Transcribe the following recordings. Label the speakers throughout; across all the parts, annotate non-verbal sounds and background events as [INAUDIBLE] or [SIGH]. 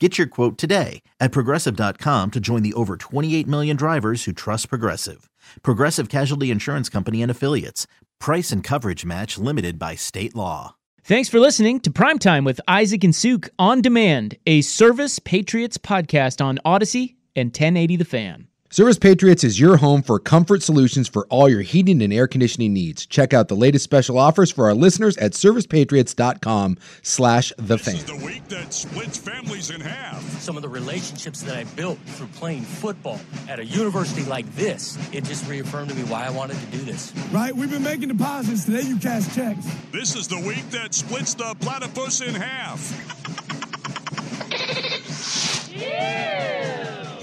Speaker 1: Get your quote today at progressive.com to join the over 28 million drivers who trust Progressive. Progressive Casualty Insurance Company and Affiliates. Price and coverage match limited by state law.
Speaker 2: Thanks for listening to Primetime with Isaac and Suk on demand, a Service Patriots podcast on Odyssey and 1080 The Fan.
Speaker 3: Service Patriots is your home for comfort solutions for all your heating and air conditioning needs. Check out the latest special offers for our listeners at servicepatriots.com slash the
Speaker 4: This is
Speaker 3: fan.
Speaker 4: the week that splits families in half.
Speaker 5: some of the relationships that I built through playing football at a university like this, it just reaffirmed to me why I wanted to do this.
Speaker 6: right? We've been making deposits. Today you cash checks.
Speaker 4: This is the week that splits the platypus in half.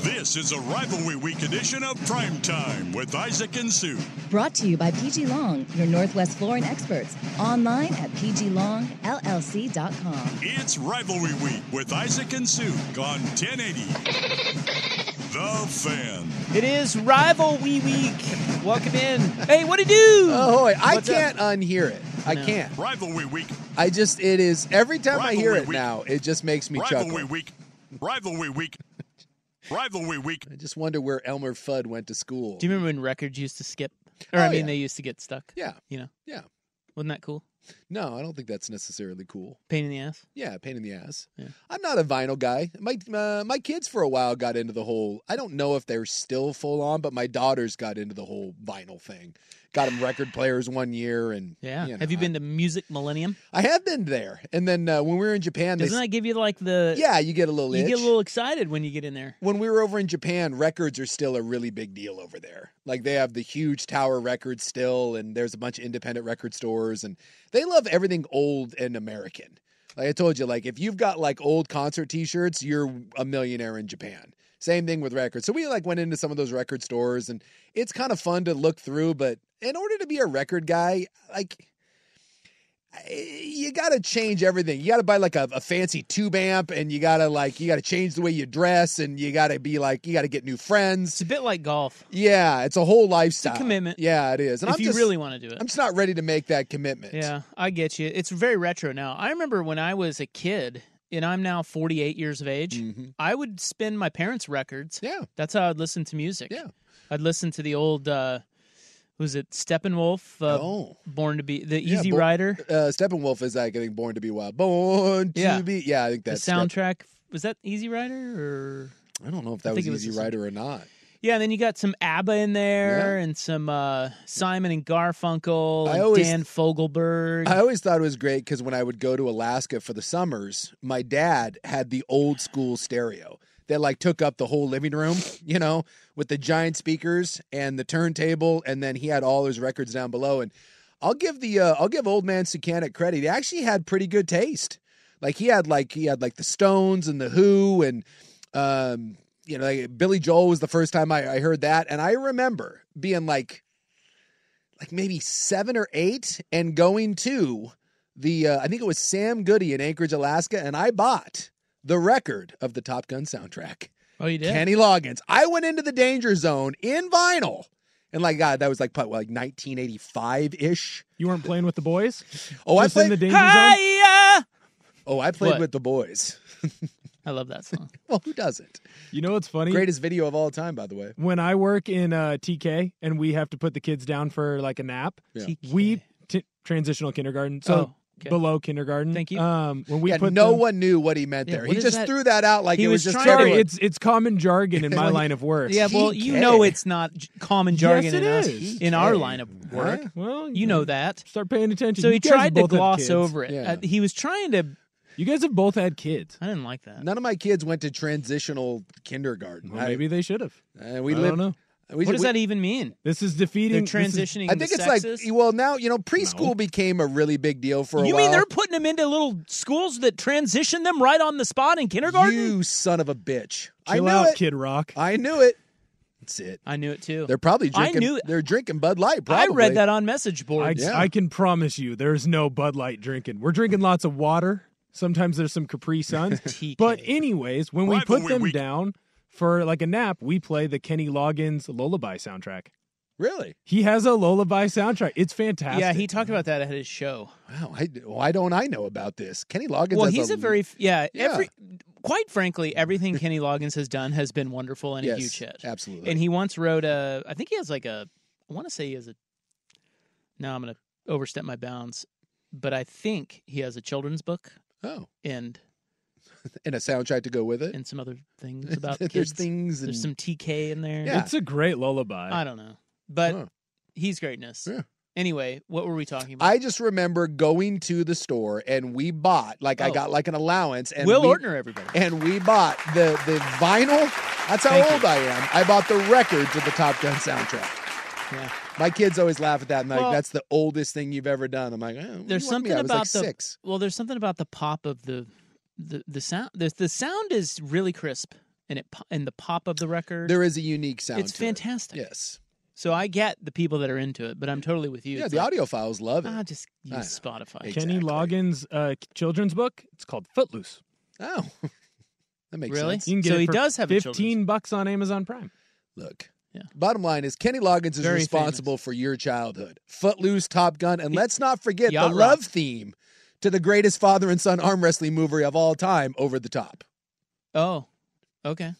Speaker 4: This is a rivalry week edition of Prime Time with Isaac and Sue.
Speaker 7: Brought to you by PG Long, your Northwest flooring experts. Online at pglongllc.com.
Speaker 4: It's Rivalry Week with Isaac and Sue on 1080. The Fan.
Speaker 2: It is Rival Wee Week. Welcome in. [LAUGHS] Hey, what do you do?
Speaker 8: Oh, wait, I
Speaker 2: What's up?
Speaker 8: can't unhear it. I can't.
Speaker 4: Rivalry Week.
Speaker 8: I just it is every time I hear
Speaker 4: Rivalry
Speaker 8: it
Speaker 4: week.
Speaker 8: now, it just makes me
Speaker 4: Rivalry
Speaker 8: chuckle.
Speaker 4: Week. Rivalry Week. Rivalry Week.
Speaker 8: I just wonder where Elmer Fudd went to school.
Speaker 2: Do you remember when records used to skip? Or,
Speaker 8: Oh,
Speaker 2: I mean,
Speaker 8: yeah.
Speaker 2: they used to get stuck.
Speaker 8: yeah,
Speaker 2: You know,
Speaker 8: yeah.
Speaker 2: wasn't that cool?
Speaker 8: No, I don't think that's necessarily cool.
Speaker 2: Pain in the ass.
Speaker 8: Yeah, pain in the ass.
Speaker 2: Yeah.
Speaker 8: I'm not a vinyl guy. My uh, my kids for a while got into the whole. I don't know if they're still full on, but my daughters got into the whole vinyl thing. Got them record players one year, and
Speaker 2: Yeah.
Speaker 8: know,
Speaker 2: Have you
Speaker 8: I-
Speaker 2: been to Music Millennium?
Speaker 8: I, have been there, and then uh, when we were in Japan, they,
Speaker 2: Doesn't
Speaker 8: s-
Speaker 2: that give you like the?
Speaker 8: yeah, you get a little
Speaker 2: You
Speaker 8: itch.
Speaker 2: get a little excited when you get in there.
Speaker 8: when we were over in Japan, records are still a really big deal over there. Like they have the huge Tower Records still, and there's a bunch of independent record stores, and they love everything old and American. Like I told you, like if you've got like old concert T-shirts, you're a millionaire in Japan. Same thing with records. So we like went into some of those record stores, and it's kind of fun to look through. But in order to be a record guy, like eh, you got to change everything. You got to buy like a, a fancy tube amp, and you got to like you got to change the way you dress, and you got to be like you got to get new
Speaker 2: It's
Speaker 8: friends.
Speaker 2: a bit like golf.
Speaker 8: Yeah, it's a whole lifestyle
Speaker 2: commitment.
Speaker 8: Yeah, it is. And
Speaker 2: if
Speaker 8: I'm
Speaker 2: you
Speaker 8: just,
Speaker 2: really want to do it.
Speaker 8: I'm just not ready to make that commitment.
Speaker 2: Yeah, I get you. It's very retro now. I remember when I was a kid, and I'm now 48 years of age.
Speaker 8: Mhm.
Speaker 2: I would spin my parents' records.
Speaker 8: yeah,
Speaker 2: That's how I'd listen to music.
Speaker 8: yeah.
Speaker 2: I'd listen to the old, uh, was it Steppenwolf? Uh,
Speaker 8: oh,
Speaker 2: Born to be the
Speaker 8: Yeah,
Speaker 2: Easy
Speaker 8: Bo-
Speaker 2: Rider.
Speaker 8: uh, Steppenwolf is like I think Born to Be Wild. Born to
Speaker 2: Yeah.
Speaker 8: Be. Yeah, I think
Speaker 2: The
Speaker 8: that's Step-
Speaker 2: soundtrack was that Easy Rider or
Speaker 8: I don't know if
Speaker 2: I
Speaker 8: that
Speaker 2: think
Speaker 8: was
Speaker 2: it was
Speaker 8: Easy
Speaker 2: the same.
Speaker 8: Rider or not.
Speaker 2: yeah. And then you got some ABBA in there and some uh, Simon and Garfunkel
Speaker 8: I
Speaker 2: and
Speaker 8: always-
Speaker 2: Dan Fogelberg.
Speaker 8: I always thought it was great because when I would go to Alaska for the summers, my dad had the old school stereo that like took up the whole living room, you know, with the giant speakers and the turntable, and then he had all his records down below. And I'll give the uh, I'll give old man Sukanik credit; he actually had pretty good taste. Like he had like he had like the Stones and the Who and um you know like Billy Joel was the first time I, I heard that, and I remember being like like maybe seven or eight and going to the uh, I think it was Sam Goody in Anchorage, Alaska, and I bought the record of the Top Gun soundtrack.
Speaker 2: oh, you did.
Speaker 8: Kenny Loggins. I went into the danger zone in vinyl. And like God, that was like probably like 1985 ish.
Speaker 9: You weren't playing with the boys?
Speaker 8: Oh, I
Speaker 9: Just in
Speaker 8: played.
Speaker 9: the danger zone?
Speaker 2: Hi-ya!
Speaker 8: oh, I played
Speaker 2: What?
Speaker 8: with the boys. [LAUGHS]
Speaker 2: I love that song.
Speaker 8: well, who doesn't?
Speaker 9: You know what's funny?
Speaker 8: Greatest video of all time, by the way.
Speaker 9: When I work in uh, TK and we have to put the kids down for like a nap,
Speaker 8: [LAUGHS] Yeah.
Speaker 9: we t- transitional kindergarten. So
Speaker 2: Oh. Okay.
Speaker 9: below kindergarten.
Speaker 2: Thank you.
Speaker 9: Um, when we
Speaker 8: yeah,
Speaker 9: put
Speaker 8: no
Speaker 9: them-
Speaker 8: one knew what he meant
Speaker 2: Yeah,
Speaker 8: there.
Speaker 2: what
Speaker 8: he
Speaker 2: is
Speaker 8: just
Speaker 2: that?
Speaker 8: threw that out like
Speaker 2: He
Speaker 8: it
Speaker 2: was
Speaker 8: was,
Speaker 2: trying
Speaker 8: just
Speaker 2: to-
Speaker 9: Sorry,
Speaker 8: totally-
Speaker 9: it's it's common
Speaker 2: [LAUGHS]
Speaker 9: jargon in my line of work.
Speaker 2: Yeah, well, you know
Speaker 8: TK.
Speaker 2: it's not j- common jargon
Speaker 9: Yes,
Speaker 2: in
Speaker 9: it
Speaker 2: us
Speaker 9: is.
Speaker 2: in our line of work.
Speaker 9: Well,
Speaker 2: You know that.
Speaker 9: Start paying attention.
Speaker 2: So
Speaker 9: You
Speaker 2: he
Speaker 9: guys have
Speaker 2: tried to
Speaker 9: both had
Speaker 2: gloss
Speaker 9: kids.
Speaker 2: over it.
Speaker 8: Yeah.
Speaker 2: Uh, he was trying to.
Speaker 9: You guys have both had kids.
Speaker 2: I didn't like that.
Speaker 8: None of my kids went to transitional kindergarten.
Speaker 9: Well, maybe they should have.
Speaker 8: I, uh, we
Speaker 9: I
Speaker 8: lived.
Speaker 9: don't know.
Speaker 8: We,
Speaker 2: what does
Speaker 8: we-
Speaker 2: that even mean?
Speaker 9: This is
Speaker 2: They're
Speaker 9: defeating this is-
Speaker 2: transitioning.
Speaker 8: I think
Speaker 2: the
Speaker 8: it's
Speaker 2: sexes?
Speaker 8: like well now you know preschool became a really big deal for a
Speaker 2: you
Speaker 8: while.
Speaker 2: mean they're putting them into little schools that transition them right on the spot in kindergarten?
Speaker 8: You son of a bitch! I
Speaker 9: Chill
Speaker 8: knew
Speaker 9: out,
Speaker 8: it.
Speaker 9: Kid Rock.
Speaker 8: I knew it. That's it.
Speaker 2: I knew it too.
Speaker 8: They're probably
Speaker 2: I
Speaker 8: drinking.
Speaker 2: knew it.
Speaker 8: They're drinking Bud Light.
Speaker 2: I
Speaker 8: Probably.
Speaker 2: read that on message
Speaker 9: I,
Speaker 2: boards.
Speaker 8: Yeah.
Speaker 9: I can promise you, there's no Bud Light drinking. We're drinking lots of water. Sometimes there's some
Speaker 2: [LAUGHS]
Speaker 9: Capri Suns.
Speaker 2: TK.
Speaker 9: but anyways, when we
Speaker 4: Rivalry
Speaker 9: put them
Speaker 4: week.
Speaker 9: down for like a nap, we play the Kenny Loggins lullaby soundtrack.
Speaker 8: Really?
Speaker 9: He has a lullaby soundtrack. It's fantastic.
Speaker 2: yeah, he talked about that at his show.
Speaker 8: Wow. I, why don't I know about this? Kenny Loggins.
Speaker 2: Well,
Speaker 8: has
Speaker 2: he's a very f- yeah,
Speaker 8: Yeah.
Speaker 2: Every quite frankly, everything Kenny Loggins has done has been wonderful and
Speaker 8: yes,
Speaker 2: a huge hit.
Speaker 8: Absolutely.
Speaker 2: And he once wrote a. I think he has like a. I want to say he has a. Now I'm going to overstep my bounds, but I think he has a children's book
Speaker 8: oh,
Speaker 2: and
Speaker 8: and a soundtrack to go with it.
Speaker 2: and some other
Speaker 8: [LAUGHS]
Speaker 2: things about
Speaker 8: there's
Speaker 2: kids.
Speaker 8: things. And,
Speaker 2: There's some TK in there.
Speaker 8: Yeah.
Speaker 9: It's a great lullaby.
Speaker 2: I don't know, but
Speaker 8: Huh.
Speaker 2: he's greatness.
Speaker 8: Yeah.
Speaker 2: Anyway, what were we talking about?
Speaker 8: I just remember going to the store and we bought like I
Speaker 2: Oh.
Speaker 8: got like an allowance and
Speaker 2: Will
Speaker 8: we,
Speaker 2: Ortner, everybody.
Speaker 8: and we bought the the vinyl. That's how
Speaker 2: Thank you.
Speaker 8: old I am. I bought the record to the Top Gun soundtrack.
Speaker 2: Yeah.
Speaker 8: My kids always laugh at that and like
Speaker 2: Well-
Speaker 8: that's the oldest thing you've ever done. I'm like, eh, what do
Speaker 2: There's
Speaker 8: you want me?
Speaker 2: something
Speaker 8: I was like
Speaker 2: about the-
Speaker 8: six.
Speaker 2: Well, there's something about the pop of the the, the sound. The, the sound is really crisp, and it po- and the pop of the record.
Speaker 8: There is a unique sound.
Speaker 2: it's
Speaker 8: to it.
Speaker 2: fantastic.
Speaker 8: Yes.
Speaker 2: So I get the people that are into it, but I'm totally with you.
Speaker 8: Yeah,
Speaker 2: It's
Speaker 8: the
Speaker 2: like,
Speaker 8: audiophiles love it.
Speaker 2: Ah, just
Speaker 8: I
Speaker 2: use Spotify.
Speaker 8: Ex-
Speaker 9: Kenny
Speaker 8: exactly.
Speaker 9: Loggins' uh, children's book. It's called Footloose.
Speaker 8: oh. [LAUGHS] that makes
Speaker 2: Really?
Speaker 8: sense.
Speaker 9: You can get
Speaker 2: So
Speaker 9: it
Speaker 2: he
Speaker 9: for
Speaker 2: does have a children's
Speaker 9: fifteen bucks on Amazon Prime.
Speaker 8: Look.
Speaker 2: Yeah.
Speaker 8: Bottom line is Kenny Loggins is
Speaker 2: Very
Speaker 8: responsible for your childhood. Footloose, Top Gun, and let's not forget
Speaker 2: Yacht
Speaker 8: the
Speaker 2: Rock.
Speaker 8: love theme to the greatest father and son arm wrestling movie of all time, Over the Top.
Speaker 2: Oh, okay.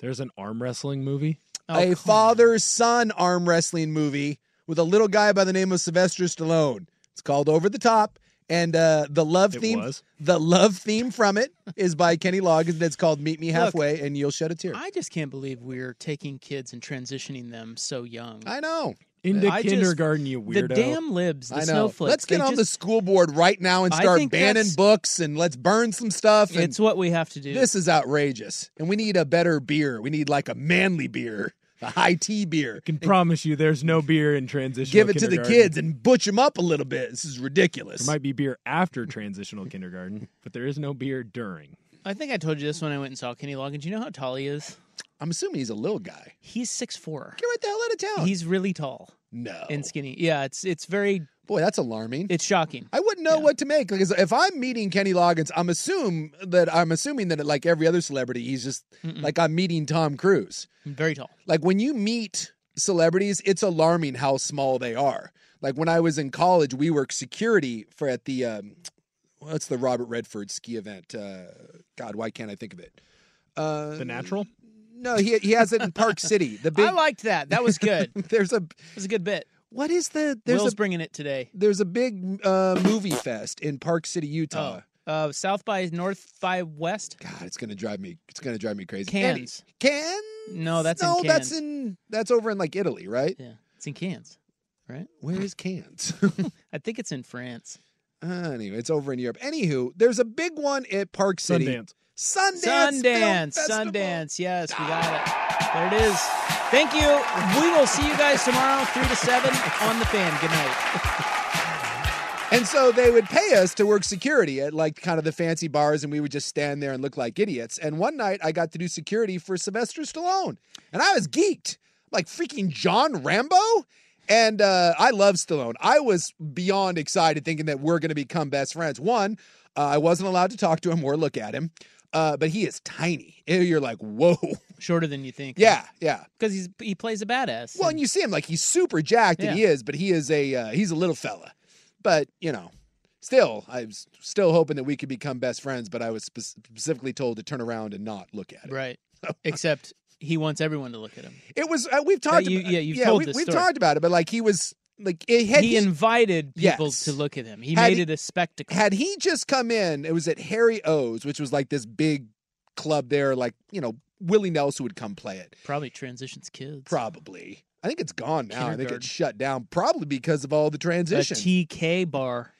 Speaker 9: There's an arm wrestling movie.
Speaker 2: Oh, come
Speaker 8: a
Speaker 2: on.
Speaker 8: father son arm wrestling movie with a little guy by the name of Sylvester Stallone. It's called Over the Top, and uh, the love
Speaker 9: It
Speaker 8: theme,
Speaker 9: was.
Speaker 8: the love theme from
Speaker 2: [LAUGHS]
Speaker 8: it is by Kenny Loggins. And it's called Meet Me
Speaker 2: Look,
Speaker 8: Halfway, and you'll shed a tear. I,
Speaker 2: I just can't believe we're taking kids and transitioning them so young.
Speaker 8: know,
Speaker 9: Into
Speaker 2: I just-
Speaker 9: kindergarten, you
Speaker 2: the
Speaker 9: weirdo.
Speaker 2: damn libs, the
Speaker 8: I know.
Speaker 2: snowflakes.
Speaker 8: let's get
Speaker 2: they
Speaker 8: on the
Speaker 2: just-
Speaker 8: school board right now and
Speaker 2: I
Speaker 8: start
Speaker 2: think
Speaker 8: banning
Speaker 2: that's-
Speaker 8: books, and let's burn some stuff. And
Speaker 2: It's what we have to do.
Speaker 8: this is outrageous, and we need a better beer. We need like a manly beer, a high tea beer.
Speaker 9: can promise you, there's no beer in transition.
Speaker 8: Give it to the kids and butch them up a little bit. This is ridiculous.
Speaker 9: There might be beer after transitional kindergarten, but there is no beer during.
Speaker 2: I think I told you this when I went and saw Kenny Loggins. You know how tall he is?
Speaker 8: I'm assuming he's a little guy.
Speaker 2: He's six four.
Speaker 8: Get right the hell out of town.
Speaker 2: He's really tall
Speaker 8: no.
Speaker 2: and skinny. Yeah, it's it's very
Speaker 8: Boy, that's alarming.
Speaker 2: it's shocking.
Speaker 8: I wouldn't know
Speaker 2: Yeah.
Speaker 8: what to make because if I'm meeting Kenny Loggins, I'm assume that I'm assuming that like every other celebrity, he's just
Speaker 2: Mm-mm.
Speaker 8: like I'm meeting Tom Cruise.
Speaker 2: Very tall.
Speaker 8: Like when you meet celebrities, it's alarming how small they are. Like when I was in college, we were security for at the um, what's the Robert Redford ski event? Uh, God, why can't I think of it? Uh,
Speaker 9: The natural.
Speaker 8: No, he he has it in Park City. The big.
Speaker 2: [LAUGHS] I liked that. That was good. it
Speaker 8: [LAUGHS] there's a
Speaker 2: was a good bit.
Speaker 8: what is the there's
Speaker 2: Will's
Speaker 8: a
Speaker 2: bringing it today.
Speaker 8: there's a big uh, movie fest in Park City, Utah.
Speaker 2: Oh, uh, South by North by West.
Speaker 8: God, it's gonna drive me. It's gonna drive me crazy. Any-
Speaker 2: Cans.
Speaker 8: Cannes?
Speaker 2: No, that's in
Speaker 8: no, that's
Speaker 2: Cannes.
Speaker 8: in that's over in like Italy, right?
Speaker 2: Yeah, it's in Cannes.
Speaker 8: Where is Cannes? [LAUGHS]
Speaker 2: I think it's in France.
Speaker 8: Uh, anyway, it's over in Europe. Anywho, there's a big one at Park City.
Speaker 9: Sundance.
Speaker 8: Sundance. Film
Speaker 2: Sundance,
Speaker 8: Festival. Ah.
Speaker 2: Sundance. Yes, we got it. There it is. Thank you. We will see you guys tomorrow, three to seven on the fan. Good night.
Speaker 8: And so they would pay us to work security at like kind of the fancy bars, and we would just stand there and look like idiots. And one night I got to do security for Sylvester Stallone, and I was geeked like freaking John Rambo. And uh, I love Stallone. I was beyond excited thinking that we're going to become best friends. One, uh, I wasn't allowed to talk to him or look at him, uh, but he is tiny. You're like, whoa. [LAUGHS]
Speaker 2: Shorter than you think.
Speaker 8: Yeah, yeah.
Speaker 2: because he's he plays a badass.
Speaker 8: Well, and you see him like he's super jacked, and
Speaker 2: Yeah.
Speaker 8: he is, but he is a uh, he's a little fella. But you know, still, I was still hoping that we could become best friends. But I was spe- specifically told to turn around and not look at it. [LAUGHS]
Speaker 2: right. Except he wants everyone to look at him.
Speaker 8: It was uh, we've talked.
Speaker 2: you-
Speaker 8: about,
Speaker 2: yeah, you've told
Speaker 8: we,
Speaker 2: this
Speaker 8: we've
Speaker 2: story.
Speaker 8: talked about it, but like he was like it had
Speaker 2: he invited people
Speaker 8: Yes.
Speaker 2: to look at him. He
Speaker 8: Had
Speaker 2: made
Speaker 8: he-
Speaker 2: it a spectacle.
Speaker 8: had he just come in, it was at Harry O's, which was like this big club there, like, you know, Willie Nelson would come play it.
Speaker 2: Probably transitions kids.
Speaker 8: Probably. I think it's gone now. I think
Speaker 2: Kindergarten.
Speaker 8: it's shut down, probably because of all the
Speaker 2: a
Speaker 8: transition.
Speaker 2: TK bar.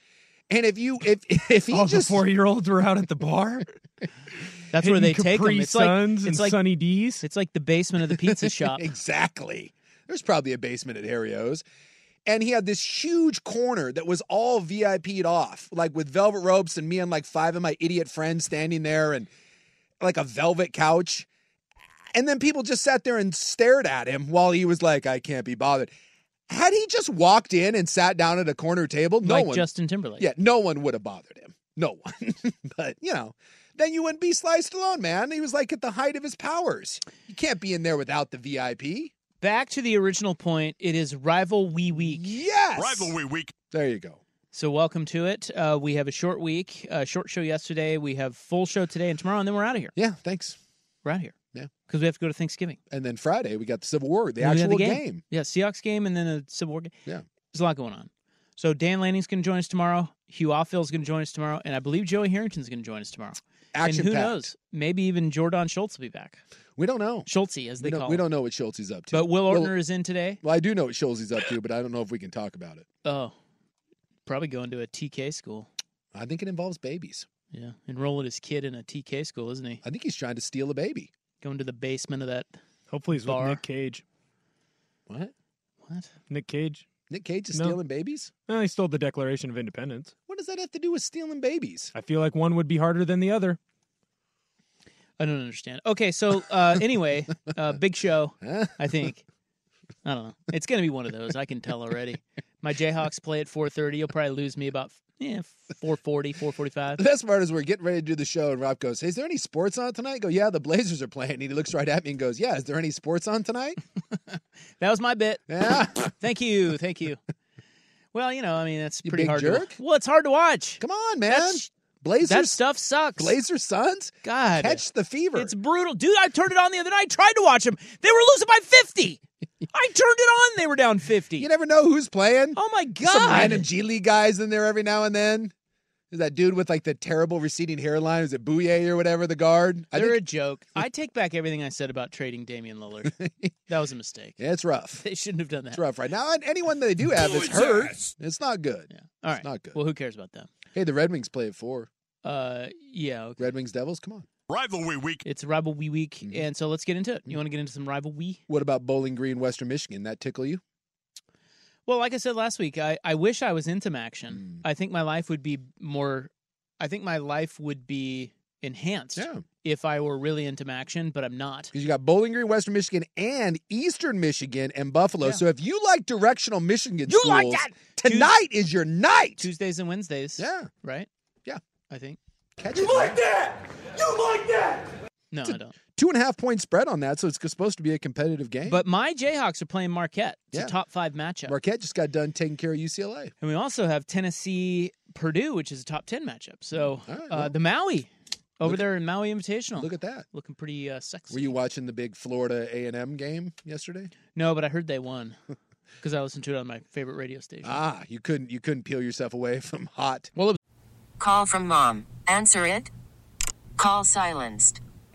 Speaker 8: and if you if [LAUGHS] if he
Speaker 9: All
Speaker 8: just
Speaker 9: the four year olds were out at the bar.
Speaker 2: That's where they
Speaker 9: hitting
Speaker 2: take
Speaker 9: Capri
Speaker 2: him. It's like
Speaker 9: Suns
Speaker 2: it's
Speaker 9: and
Speaker 2: like
Speaker 9: Sunny D's.
Speaker 2: it's like the basement of the
Speaker 8: [LAUGHS]
Speaker 2: pizza shop.
Speaker 8: exactly. There's probably a basement at Harry O's. And he had this huge corner that was all VIP'd off, like with velvet ropes and me and like five of my idiot friends standing there and like a velvet couch. And then people just sat there and stared at him while he was like, I can't be bothered. Had he just walked in and sat down at a corner table, no
Speaker 2: like
Speaker 8: one
Speaker 2: Justin Timberlake.
Speaker 8: yeah, no one would have bothered him. No one. [LAUGHS] but, you know, then you wouldn't be sliced alone, man. He was like at the height of his powers. You can't be in there without the VIP.
Speaker 2: Back to the original point. It is rival wee week.
Speaker 8: Yes.
Speaker 4: Rivalry Week.
Speaker 8: There you go.
Speaker 2: So welcome to it. Uh, we have a short week, a short show yesterday. We have full show today and tomorrow, and then we're out of here.
Speaker 8: Yeah, thanks.
Speaker 2: We're out of here.
Speaker 8: Yeah.
Speaker 2: because we have to go to Thanksgiving.
Speaker 8: And then Friday, we got the Civil War, the
Speaker 2: And we have
Speaker 8: actual
Speaker 2: the
Speaker 8: game.
Speaker 2: Yeah, Seahawks game and then a Civil War game.
Speaker 8: Yeah.
Speaker 2: there's a lot going on. So Dan Lanning's going to join us tomorrow. Hugh Offill's going to join us tomorrow, and I believe Joey Harrington's going to join us tomorrow.
Speaker 8: Action
Speaker 2: and who
Speaker 8: packed.
Speaker 2: knows? Maybe even Jordan Schultz will be back.
Speaker 8: We don't know.
Speaker 2: Schultzy, as they
Speaker 8: we, don't,
Speaker 2: call
Speaker 8: we
Speaker 2: him.
Speaker 8: don't know what Schultz is up to.
Speaker 2: But Will
Speaker 8: Well-
Speaker 2: Ortner is in today.
Speaker 8: Well, I do know what Schultz is up to, but I don't know if we can talk about it.
Speaker 2: Oh, probably going to a TK school.
Speaker 8: I think it involves babies.
Speaker 2: Yeah, enrolling his kid in a TK school, isn't he?
Speaker 8: I think he's trying to steal a baby.
Speaker 2: Going to the basement of that.
Speaker 9: Hopefully, he's
Speaker 2: Bar.
Speaker 9: with Nick Cage.
Speaker 8: What?
Speaker 2: What?
Speaker 9: Nick Cage.
Speaker 8: Nick Cage is
Speaker 9: No.
Speaker 8: stealing babies?
Speaker 9: Well, he stole the Declaration of Independence.
Speaker 8: What does that have to do with stealing babies?
Speaker 9: I feel like one would be harder than the other.
Speaker 2: I don't understand. Okay, so uh, anyway, uh, big show.
Speaker 8: Huh?
Speaker 2: I think. I don't know. It's going to be one of those. I can tell already. My Jayhawks play at 4:30. You'll probably lose me about yeah 4:40, 4:45.
Speaker 8: The best part is we're getting ready to do the show, and Rob goes, "Hey, "Is there any sports on tonight?" I go, "Yeah, the Blazers are playing." And he looks right at me and goes, "Yeah, is there any sports on tonight?"
Speaker 2: That was my bit.
Speaker 8: Yeah, [LAUGHS]
Speaker 2: Thank you, thank you. Well, you know, I mean, that's
Speaker 8: You
Speaker 2: pretty
Speaker 8: big
Speaker 2: hard.
Speaker 8: jerk.
Speaker 2: To, well, it's hard to watch.
Speaker 8: come on, man.
Speaker 2: That's-
Speaker 8: Blazers,
Speaker 2: That stuff sucks.
Speaker 8: Blazer Suns,
Speaker 2: God,
Speaker 8: catch the fever.
Speaker 2: It's brutal. Dude, I turned it on the other night. Tried to watch them. They were losing by 50. I turned it on. They were down 50.
Speaker 8: you never know who's playing.
Speaker 2: oh, my
Speaker 8: Some random
Speaker 2: God.
Speaker 8: G League guys in there every now and then. Is that dude with like the terrible receding hairline? Is it Bouye or whatever the guard? I
Speaker 2: They're
Speaker 8: think
Speaker 2: a joke. I take back everything I said about trading Damian
Speaker 8: [LAUGHS]
Speaker 2: Lillard. that was a mistake.
Speaker 8: yeah, it's rough.
Speaker 2: They shouldn't have done that.
Speaker 8: It's rough right now. And anyone that they do have is hurt. It's not good.
Speaker 2: Yeah. All right.
Speaker 8: not good.
Speaker 2: Well, who cares about them?
Speaker 8: Hey, the Red Wings play at four.
Speaker 2: Uh, yeah. Okay.
Speaker 8: Red Wings Devils, come on.
Speaker 4: Rivalry Week.
Speaker 2: It's rivalry week,
Speaker 8: Mm-hmm.
Speaker 2: and so let's get into it. You want to get into some rivalry?
Speaker 8: What about Bowling Green, Western Michigan? That tickle you?
Speaker 2: Well, like I said last week, I, I wish I was into
Speaker 8: Mm.
Speaker 2: action. I think my life would be more. I think my life would be enhanced if I were really into action, but I'm not.
Speaker 8: Because you got Bowling Green, Western Michigan, and Eastern Michigan and Buffalo. So if you like directional Michigan
Speaker 2: You
Speaker 8: schools,
Speaker 2: like that?
Speaker 8: tonight is your night.
Speaker 2: Tuesdays and Wednesdays.
Speaker 8: Yeah,
Speaker 2: Right.
Speaker 8: Yeah.
Speaker 2: I think.
Speaker 8: catch it. man.
Speaker 2: No, I don't.
Speaker 8: Two and a half point spread on that, so it's supposed to be a competitive game.
Speaker 2: But my Jayhawks are playing Marquette. It's
Speaker 8: Yeah.
Speaker 2: a top five matchup,
Speaker 8: Marquette just got done taking care of UCLA.
Speaker 2: and we also have Tennessee Purdue, which is a top ten matchup. So
Speaker 8: Mm. All right,
Speaker 2: uh,
Speaker 8: well,
Speaker 2: the Maui over
Speaker 8: look-
Speaker 2: there in Maui Invitational.
Speaker 8: Look at that.
Speaker 2: looking pretty uh, sexy.
Speaker 8: Were you watching the big Florida A and M game yesterday?
Speaker 2: No, but I heard they won
Speaker 8: [LAUGHS]
Speaker 2: because I listened to it on my favorite radio station.
Speaker 8: Ah, you couldn't you couldn't peel yourself away [LAUGHS] from hot.
Speaker 2: well, it
Speaker 10: Call from mom. Answer it. Call silenced.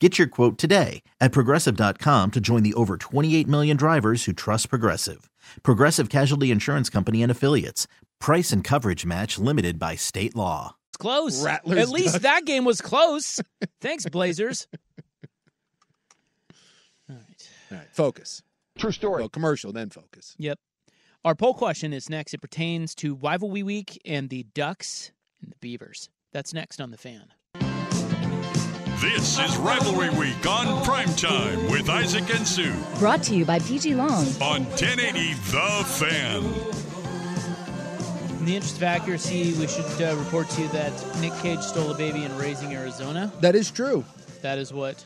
Speaker 1: Get your quote today at progressive.com to join the over 28 million drivers who trust Progressive. Progressive Casualty Insurance Company and Affiliates. Price and coverage match limited by state law.
Speaker 2: It's close.
Speaker 8: Rattlers
Speaker 2: At least
Speaker 8: duck.
Speaker 2: that game was
Speaker 8: [LAUGHS]
Speaker 2: close. Thanks, Blazers.
Speaker 8: All right, focus. True story. Well, commercial, then focus.
Speaker 2: Yep. Our poll question is next. It pertains to Rivalry Week and the Ducks and the Beavers. That's next on the fan.
Speaker 4: This is Rivalry Week on Primetime with Isaac and Sue
Speaker 7: Brought to you by PG Long.
Speaker 4: on 1080 The Fan.
Speaker 2: In the interest of accuracy, we should uh, report to you that Nick Cage stole a baby in Raising Arizona.
Speaker 8: That is true.
Speaker 2: That is what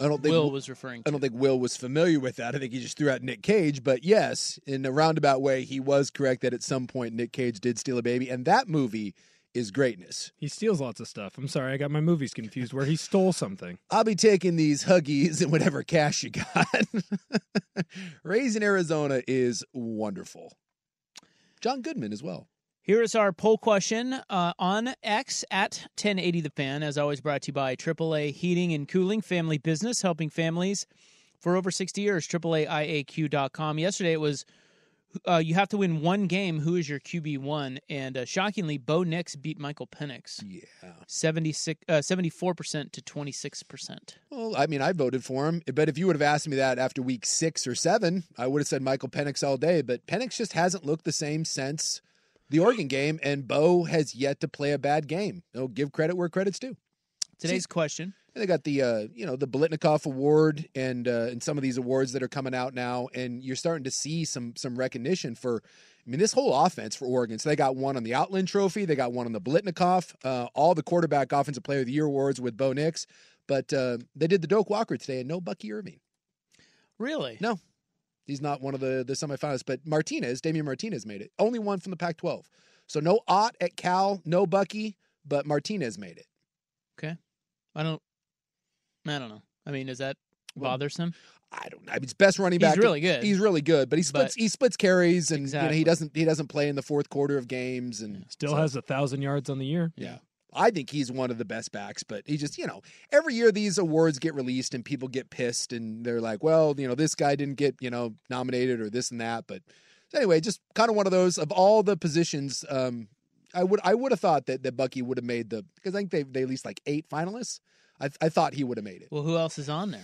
Speaker 8: I don't think
Speaker 2: Will was referring
Speaker 8: I don't think Will was familiar with that. I think he just threw out Nick Cage, but yes, in a roundabout way, he was correct that at some point Nick Cage did steal a baby, and that movie is greatness.
Speaker 9: He steals lots of stuff. I'm sorry, I got my movies confused where he stole something.
Speaker 8: I'll be taking these huggies and whatever cash you got. [LAUGHS] Raising Arizona is wonderful. John Goodman as well.
Speaker 2: Here is our poll question uh, on X at 1080 The Fan, as always brought to you by AAA Heating and Cooling, family business helping families for over 60 years. AAAIAQ.com. Yesterday it was uh, you have to win one game. Who is your QB1? And uh, shockingly, Bo Nix beat Michael Penix.
Speaker 8: Yeah.
Speaker 2: 76, uh, 74% to 26%.
Speaker 8: Well, I mean, I voted for him, but if you would have asked me that after week six or seven, I would have said Michael Penix all day. But Penix just hasn't looked the same since the Oregon game, and Bo has yet to play a bad game. So give credit where credit's due.
Speaker 2: Today's question.
Speaker 8: And they got the uh, you know the Blitnikoff Award and uh, and some of these awards that are coming out now, and you're starting to see some some recognition for. I mean, this whole offense for Oregon. So they got one on the Outland Trophy, they got one on the Blitnikoff, uh, all the quarterback offensive player of the year awards with Bo Nix. But uh, they did the Doak Walker today, and no Bucky Irving.
Speaker 2: Really?
Speaker 8: No, he's not one of the the semifinalists. But Martinez, Damian Martinez made it. Only one from the Pac-12. So no Ott at Cal, no Bucky, but Martinez made it.
Speaker 2: Okay. I don't, I don't know. I mean, is that bothersome?
Speaker 8: I don't know. I mean, it's best running back.
Speaker 2: He's really good.
Speaker 8: He's really good, but he splits
Speaker 2: But-
Speaker 8: he splits carries, and you know
Speaker 2: Exactly.
Speaker 8: he doesn't he doesn't play in the fourth quarter of games, and
Speaker 9: Still
Speaker 8: so-
Speaker 9: has a thousand yards on the year.
Speaker 8: yeah. I think he's one of the best backs, but he just, you know, every year these awards get released and people get pissed and they're like, well, you know, this guy didn't get, you know, nominated or this and that. But so anyway, just kind of one of those of all the positions. Um, I would I would have thought that, that Bucky would have made the because I think they they released like eight finalists. I, I thought he would have made it.
Speaker 2: Well, who else is on there?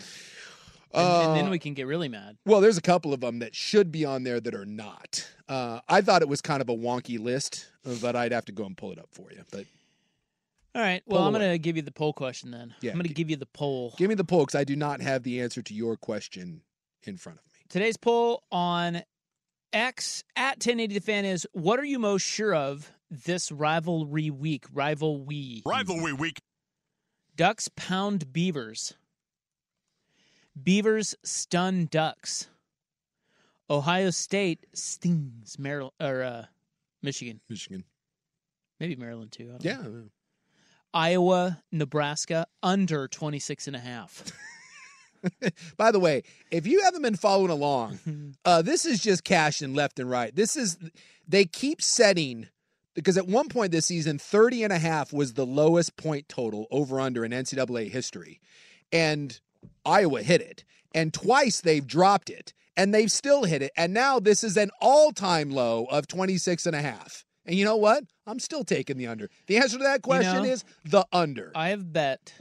Speaker 2: And, and
Speaker 8: Uh,
Speaker 2: then we can get really mad.
Speaker 8: Well, there's a couple of them that should be on there that are not. Uh, I thought it was kind of a wonky list, uh, but I'd have to go and pull it up for you. But
Speaker 2: All right. Well,
Speaker 8: Poll
Speaker 2: I'm
Speaker 8: away.
Speaker 2: going to give you the poll question then.
Speaker 8: Yeah,
Speaker 2: I'm going to
Speaker 8: gi-
Speaker 2: give you the poll.
Speaker 8: give me the poll because I do not have the answer to your question in front of me.
Speaker 2: Today's poll on X at 1080 The Fan is what are you most sure of this rivalry week? Rival we.
Speaker 4: Rivalry Week.
Speaker 2: Ducks pound beavers. Beavers stun ducks. Ohio State stings Maryland or uh, Michigan.
Speaker 8: Michigan.
Speaker 2: Maybe Maryland too. I don't
Speaker 8: Yeah.
Speaker 2: know. Iowa, Nebraska under 26 and a half.
Speaker 8: By the way, if you haven't been
Speaker 2: [LAUGHS]
Speaker 8: following along, uh, this is just cashing left and right. This is they keep setting because at one point this season 30 and a half was the lowest point total over under in ncaa history and iowa hit it and twice they've dropped it and they've still hit it and now this is an all-time low of 26 and a half and you know what i'm still taking the under the answer to that question
Speaker 2: know-
Speaker 8: is the under
Speaker 2: I have bet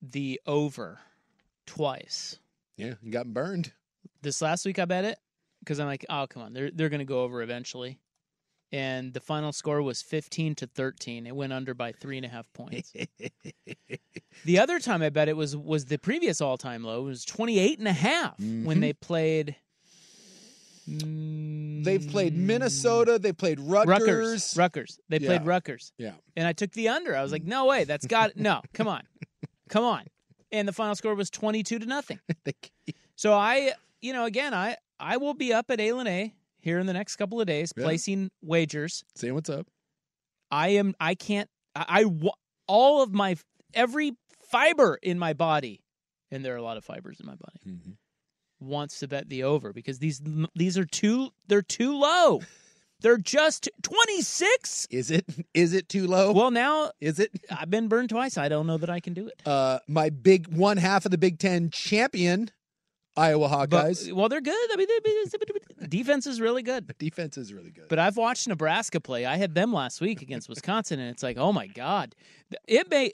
Speaker 2: the over twice.
Speaker 8: yeah you got burned
Speaker 2: This last week I bet it because I'm like, oh come on, they're they're gonna go over eventually. and the final score was 15 to 13. It went under by three and a half points. the other time I bet it was was the previous all time low. It was 28 and a half when
Speaker 8: Mhm.
Speaker 2: they played.
Speaker 8: They've played Minnesota. They played Rutgers.
Speaker 2: Rutgers. Rutgers. They played
Speaker 8: Yeah.
Speaker 2: Rutgers.
Speaker 8: Yeah.
Speaker 2: And I took the under. I was like, no way. That's got no. Come on, come on. And the final score was twenty-two to
Speaker 8: [LAUGHS]
Speaker 2: nothing. so I, you know, again, I I will be up at A and A here in the next couple of days
Speaker 8: Yeah.
Speaker 2: placing wagers.
Speaker 8: Saying what's up.
Speaker 2: I am. I can't. I, I wa- all of my every fiber in my body, and there are a lot of fibers in my body.
Speaker 8: Mm-hmm.
Speaker 2: Wants to bet the over because these these are too they're too low. They're just twenty six.
Speaker 8: Is it is it too low?
Speaker 2: Well, now
Speaker 8: Oh. is it?
Speaker 2: I've been burned twice. I don't know that I can do it.
Speaker 8: Uh, my big one half of the Big Ten champion, Iowa
Speaker 2: But-
Speaker 8: Hawkeyes.
Speaker 2: well, they're good. I mean, they- defense is really good.
Speaker 8: Defense is really good.
Speaker 2: But I've watched Nebraska play. I had them last week against Wisconsin, and it's like, oh my god, it may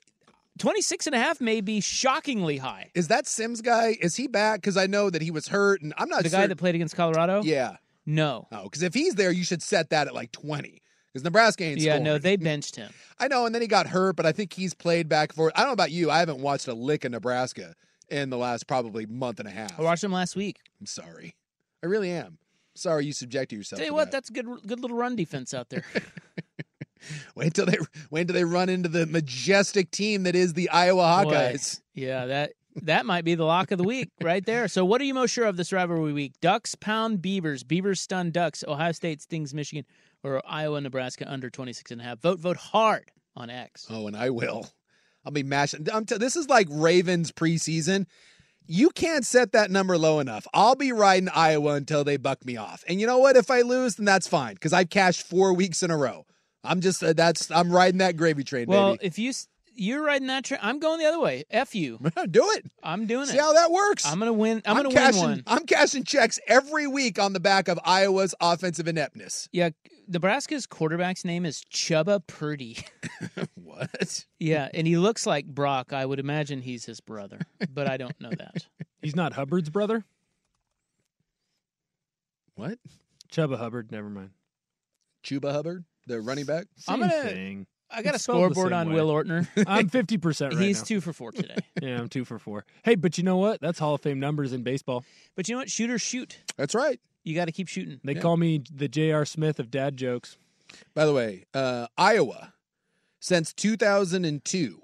Speaker 2: twenty six and a half may be shockingly high.
Speaker 8: Is that Sims guy? Is he back? Because I know that he was hurt, and I'm not
Speaker 2: the guy
Speaker 8: certain-
Speaker 2: that played against Colorado.
Speaker 8: Yeah.
Speaker 2: No.
Speaker 8: Oh, because if he's there, you should set that at like 20. Because Nebraska ain't
Speaker 2: Yeah, no,
Speaker 8: scoring.
Speaker 2: they benched him.
Speaker 8: I know, and then he got hurt, but I think he's played back and forth. I don't know about you. I haven't watched a lick of Nebraska in the last probably month and a half.
Speaker 2: Oh, I watched him last week.
Speaker 8: I'm sorry. I really am. Sorry you subjected yourself.
Speaker 2: Tell you
Speaker 8: to
Speaker 2: what,
Speaker 8: that.
Speaker 2: that's good, good little run defense out there.
Speaker 8: Wait till they wait till they run into the majestic team that is the Iowa
Speaker 2: Boy,
Speaker 8: Hawkeyes.
Speaker 2: yeah, that that might be the lock of the week right there. So, what are you most sure of this rivalry week? Ducks pound Beavers. Beavers stun Ducks. Ohio State stings Michigan, or Iowa Nebraska under 26 and a half. Vote vote hard on X.
Speaker 8: Oh, and I will. I'll be mashing. I'm t- this is like Ravens preseason. You can't set that number low enough. I'll be riding Iowa until they buck me off. And you know what? If I lose, then that's fine because I've cashed four weeks in a row. I'm just uh, that's I'm riding that gravy train,
Speaker 2: Well,
Speaker 8: baby.
Speaker 2: if you s- you're riding that train, I'm going the other way. F you.
Speaker 8: [LAUGHS] Do it.
Speaker 2: I'm doing
Speaker 8: See
Speaker 2: it.
Speaker 8: how that works.
Speaker 2: I'm gonna win. I'm, gonna
Speaker 8: cashing,
Speaker 2: win one.
Speaker 8: I'm cashing checks every week on the back of Iowa's offensive ineptness. [LAUGHS]
Speaker 2: Yeah, Nebraska's quarterback's name is Chuba Purdy. [LAUGHS]
Speaker 8: what?
Speaker 2: Yeah, and he looks like Brock. I would imagine he's his brother, but I don't know that.
Speaker 9: He's not Hubbard's brother.
Speaker 8: What?
Speaker 9: Chuba Hubbard. Never mind.
Speaker 8: Chuba Hubbard, the running back.
Speaker 9: Same
Speaker 2: I'm gonna-
Speaker 9: thing.
Speaker 2: I got a
Speaker 9: It's spelled the
Speaker 2: scoreboard
Speaker 9: same
Speaker 2: on
Speaker 9: way.
Speaker 2: Will Ortner.
Speaker 9: I'm
Speaker 2: [LAUGHS]
Speaker 8: [LAUGHS]
Speaker 9: 50 percent right
Speaker 2: He's
Speaker 9: now.
Speaker 2: two for four today.
Speaker 9: yeah, I'm two for four. Hey, but you know what? That's Hall of Fame numbers in baseball.
Speaker 2: But you know what? Shooters shoot.
Speaker 8: That's right.
Speaker 2: You got to keep shooting.
Speaker 9: They call me the J.R. Smith of dad jokes.
Speaker 8: By the way, uh, Iowa, since 2002,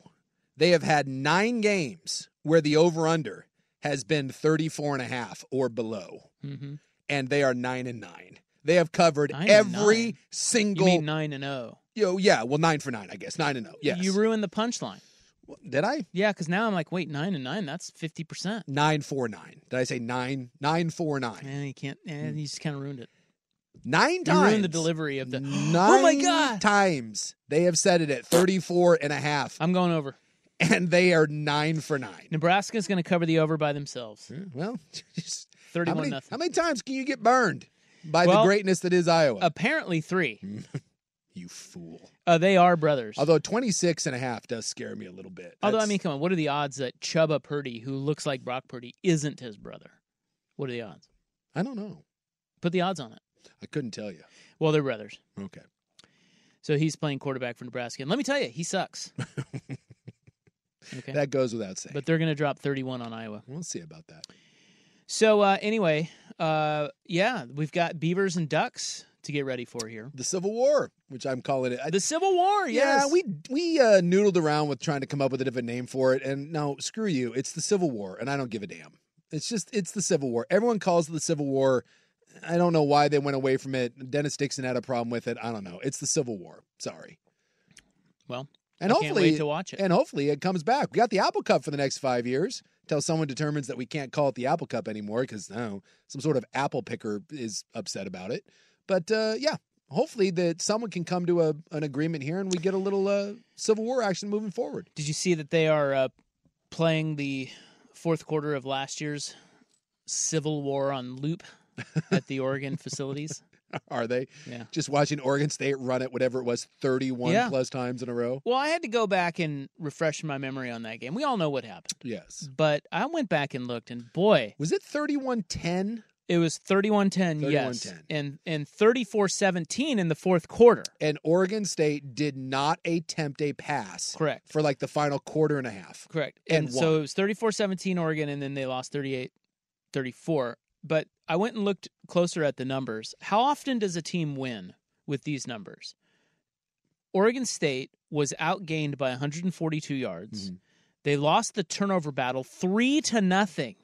Speaker 8: they have had nine games where the over under has been 34 and a half or below,
Speaker 2: Mm-hmm.
Speaker 8: and they are nine and nine. They have covered
Speaker 2: Nine and
Speaker 8: every
Speaker 2: nine? You
Speaker 8: single.
Speaker 2: mean nine and zero?
Speaker 8: Yo, yeah, well, nine for nine, I guess. Nine and oh. Yes.
Speaker 2: You ruined the punchline.
Speaker 8: Did I?
Speaker 2: Yeah, because now I'm like, wait, nine and nine. That's fifty percent.
Speaker 8: Nine four nine. Did I say nine? Nine four nine.
Speaker 2: And you can't. And you just kind of ruined it.
Speaker 8: Nine
Speaker 2: You
Speaker 8: Mm. times.
Speaker 2: ruined the delivery of the. [GASPS]
Speaker 8: Nine
Speaker 2: oh my god!
Speaker 8: times they have set it at 34 and a half,
Speaker 2: I'm going over.
Speaker 8: and they are nine for nine. Hmm,
Speaker 2: Nebraska's going to cover the over by themselves.
Speaker 8: Well, [LAUGHS] how
Speaker 2: thirty-one
Speaker 8: many,
Speaker 2: nothing.
Speaker 8: how many times can you get burned by
Speaker 2: Well, uh,
Speaker 8: the greatness that is Iowa?
Speaker 2: Apparently three.
Speaker 8: you fool.
Speaker 2: Uh, they are brothers.
Speaker 8: Although 26 and a half does scare me a little bit.
Speaker 2: Although I
Speaker 8: That's-
Speaker 2: mean, come on, what are the odds that Chuba Purdy, who looks like Brock Purdy, isn't his brother? What are the odds?
Speaker 8: I don't know.
Speaker 2: Put the odds on it.
Speaker 8: I couldn't tell you.
Speaker 2: Well, they're brothers.
Speaker 8: Okay.
Speaker 2: So he's playing quarterback for Nebraska. And let me tell you, he
Speaker 8: [LAUGHS]
Speaker 2: sucks. okay.
Speaker 8: That goes without saying.
Speaker 2: but they're going to drop 31 on Iowa.
Speaker 8: we'll see about that.
Speaker 2: So uh, anyway, uh, yeah, we've got Beavers and Ducks to get ready for here.
Speaker 8: The Civil War, which I'm calling it. I-
Speaker 2: The Civil War, yes.
Speaker 8: Yeah, we we uh, noodled around with trying to come up with a different name for it, and no, screw you. It's the Civil War, and I don't give a damn. It's just it's the Civil War. Everyone calls it the Civil War. I don't know why they went away from it. Dennis Dixon had a problem with it. I don't know. It's the Civil War. Sorry.
Speaker 2: well,
Speaker 8: And
Speaker 2: I can't
Speaker 8: hopefully
Speaker 2: wait to watch it.
Speaker 8: And hopefully it comes back. We got the Apple Cup for the next five years until someone determines that we can't call it the Apple Cup anymore because no, some sort of apple picker is upset about it. But uh, yeah, hopefully that someone can come to a, an agreement here and we get a little uh, Civil War action
Speaker 2: [LAUGHS]
Speaker 8: moving forward.
Speaker 2: Did you see that they are uh, playing the fourth quarter of last year's Civil War on loop at the
Speaker 8: [LAUGHS]
Speaker 2: Oregon facilities?
Speaker 8: Are they?
Speaker 2: Yeah.
Speaker 8: Just watching Oregon State run it, whatever it was, 31
Speaker 2: Yeah.
Speaker 8: plus times in a row.
Speaker 2: Well, I had to go back and refresh my memory on that game. We all know what happened,
Speaker 8: Yes.
Speaker 2: but I went back and looked, and boy,
Speaker 8: Was it 31 10?
Speaker 2: It was 31-10, yes. And and 34-17 in the fourth quarter.
Speaker 8: And Oregon State did not attempt a pass.
Speaker 2: Correct.
Speaker 8: For like the final quarter and a half.
Speaker 2: Correct. And,
Speaker 8: And
Speaker 2: so
Speaker 8: won.
Speaker 2: it was 34-17 Oregon and then they lost 38-34. But I went and looked closer at the numbers. How often does a team win with these numbers? Oregon State was outgained by 142 yards. They lost the turnover battle 3 to nothing.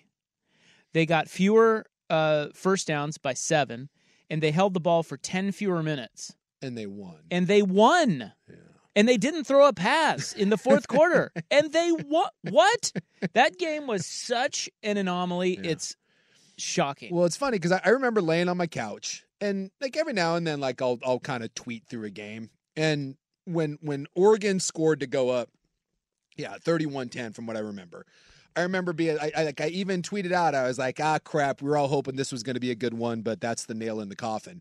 Speaker 2: They got fewer uh, first downs by 7 and they held the ball for 10 fewer minutes
Speaker 8: and they won.
Speaker 2: and they won. And they didn't throw a pass in the fourth quarter. And they what? What? That game was such an anomaly. It's shocking.
Speaker 8: Well, it's funny because I, I remember laying on my couch and like every now and then, like I'll I'll kind of tweet through a game. And when when Oregon scored to go up, yeah, 31-10 from what I remember. I remember being I, I like I even tweeted out, I was like, ah crap, we were all hoping this was gonna be a good one, but that's the nail in the coffin.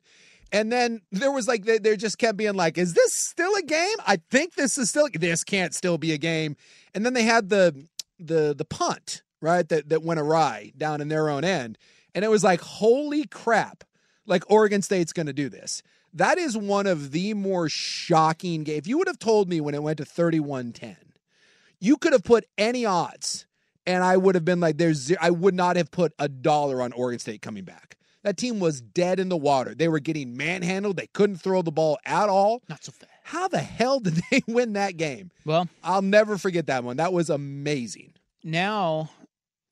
Speaker 8: And then there was like they, they just kept being like, "Is this still a game? I think this is still this can't still be a game." And then they had the the the punt right that that went awry down in their own end, and it was like, "Holy crap!" Like Oregon State's going to do this. That is one of the more shocking games. If you would have told me when it went to 31-10, you could have put any odds, and I would have been like, "There's." ze- I would not have put a dollar on Oregon State coming back. That team was dead in the water. They were getting manhandled. They couldn't throw the ball at all.
Speaker 2: Not so fast.
Speaker 8: How the hell did [LAUGHS] they win that game?
Speaker 2: Well,
Speaker 8: I'll never forget that one. That was amazing.
Speaker 2: now,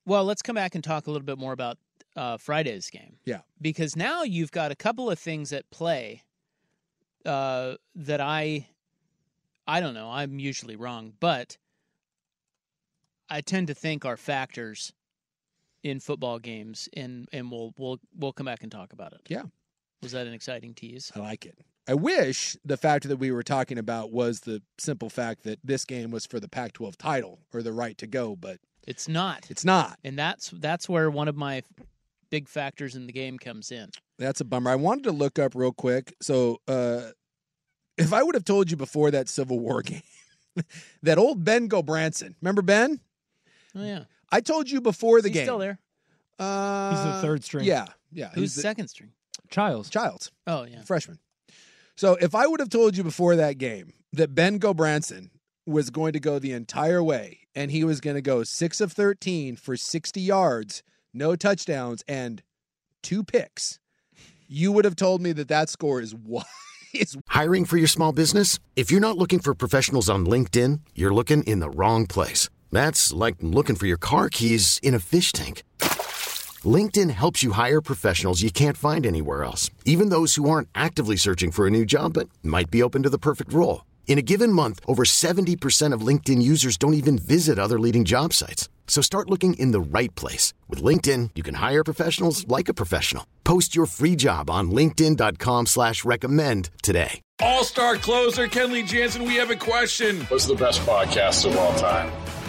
Speaker 2: well, let's come back and talk a little bit more about uh, Friday's game.
Speaker 8: Yeah.
Speaker 2: Because now you've got a couple of things at play uh, that I, I don't know, I'm usually wrong, but I tend to think are factors in football games, and, and we'll, we'll, we'll come back and talk about it.
Speaker 8: Yeah.
Speaker 2: Was that an exciting tease?
Speaker 8: I like it. I wish the factor that we were talking about was the simple fact that this game was for the Pac 12 title or the right to go, but
Speaker 2: It's not.
Speaker 8: it's not.
Speaker 2: And that's that's where one of my big factors in the game comes in.
Speaker 8: That's a bummer. I wanted to look up real quick. So, uh, if I would have told you before that Civil War [LAUGHS] game, that old Ben Gobranson, remember Ben?
Speaker 2: Oh yeah.
Speaker 8: I told you before the
Speaker 2: He's
Speaker 8: game.
Speaker 2: still there.
Speaker 8: Uh,
Speaker 9: He's the third string.
Speaker 8: Yeah, yeah.
Speaker 2: Who's
Speaker 8: he's the-
Speaker 2: second string?
Speaker 9: Childs.
Speaker 8: Childs.
Speaker 2: Oh yeah.
Speaker 8: freshman. So if I would have told you before that game that Ben Gobranson was going to go the entire way and he was going to go six of 13 for 60 yards, no touchdowns, and two picks, you would have told me that that score is what?
Speaker 11: Hiring for your small business? If you're not looking for professionals on LinkedIn, you're looking in the wrong place. That's like looking for your car keys in a fish tank. LinkedIn helps you hire professionals you can't find anywhere else, even those who aren't actively searching for a new job but might be open to the perfect role. In a given month, over 70% of LinkedIn users don't even visit other leading job sites. So start looking in the right place. With LinkedIn, you can hire professionals like a professional. Post your free job on linkedin.com/recommend slash recommend today.
Speaker 12: All star closer Kenley Jansen, we have a question. What's the best podcast of all time?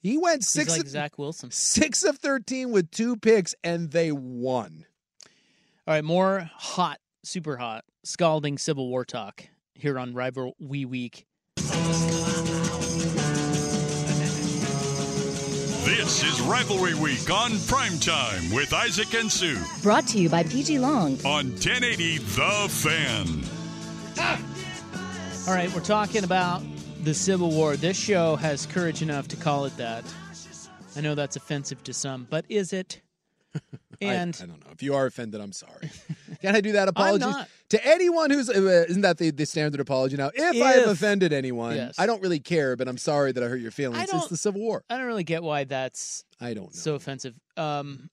Speaker 8: He went
Speaker 2: He's
Speaker 8: six,
Speaker 2: like
Speaker 8: of,
Speaker 2: Zach Wilson.
Speaker 8: six of 13 with two picks and they won.
Speaker 2: All right, more hot, super hot, scalding Civil War talk here on Rival Wee Week.
Speaker 4: This is Rivalry Week on Primetime with Isaac and Sue
Speaker 7: Brought to you by PG Long.
Speaker 4: on 1080 The Fan.
Speaker 2: All right, we're talking about the Civil War. This show has courage enough to call it that. I know that's offensive to some, but is it? And
Speaker 8: [LAUGHS] I, I don't know. If you are offended, I'm sorry. [LAUGHS] Can I do that apology
Speaker 2: not.
Speaker 8: to anyone who's uh, isn't that the, the standard apology now? If, I
Speaker 2: If.
Speaker 8: have offended anyone,
Speaker 2: Yes.
Speaker 8: I don't really care, but I'm sorry that I hurt your feelings. It's
Speaker 2: don't-
Speaker 8: the Civil War.
Speaker 2: I don't really get why that's
Speaker 8: I don't
Speaker 2: so offensive.
Speaker 8: [LAUGHS]
Speaker 2: Um,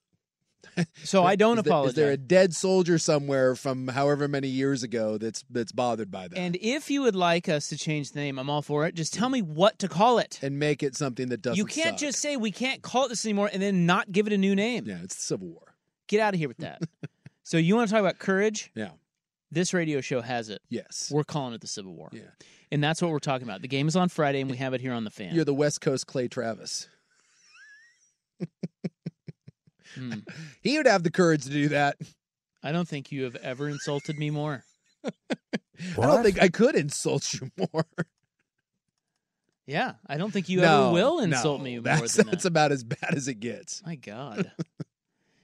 Speaker 2: so I don't
Speaker 8: Is there-
Speaker 2: apologize.
Speaker 8: Is there a dead soldier somewhere from however many years ago that's that's bothered by that?
Speaker 2: And if you would like us to change the name, I'm all for it. Just tell me what to call it
Speaker 8: and make it something that doesn't.
Speaker 2: You can't
Speaker 8: suck.
Speaker 2: just say we can't call it this anymore and then not give it a new name.
Speaker 8: Yeah, it's the Civil War.
Speaker 2: Get out of here with
Speaker 8: [LAUGHS]
Speaker 2: that. so you want to talk about courage?
Speaker 8: Yeah.
Speaker 2: This radio show has it.
Speaker 8: Yes.
Speaker 2: We're calling it the Civil War.
Speaker 8: Yeah.
Speaker 2: And that's what we're talking about. The game is on Friday, and we have it here on the fan.
Speaker 8: You're the West Coast Clay Travis. He would have the courage to do that.
Speaker 2: Hmm. I don't think you have ever insulted me more.
Speaker 8: I don't think I could insult you [LAUGHS] more.
Speaker 2: Yeah, I don't think you
Speaker 8: No,
Speaker 2: ever will
Speaker 8: no,
Speaker 2: insult me more
Speaker 8: that's,
Speaker 2: than
Speaker 8: that's
Speaker 2: that.
Speaker 8: about as bad as it gets.
Speaker 2: My
Speaker 8: [LAUGHS]
Speaker 2: God.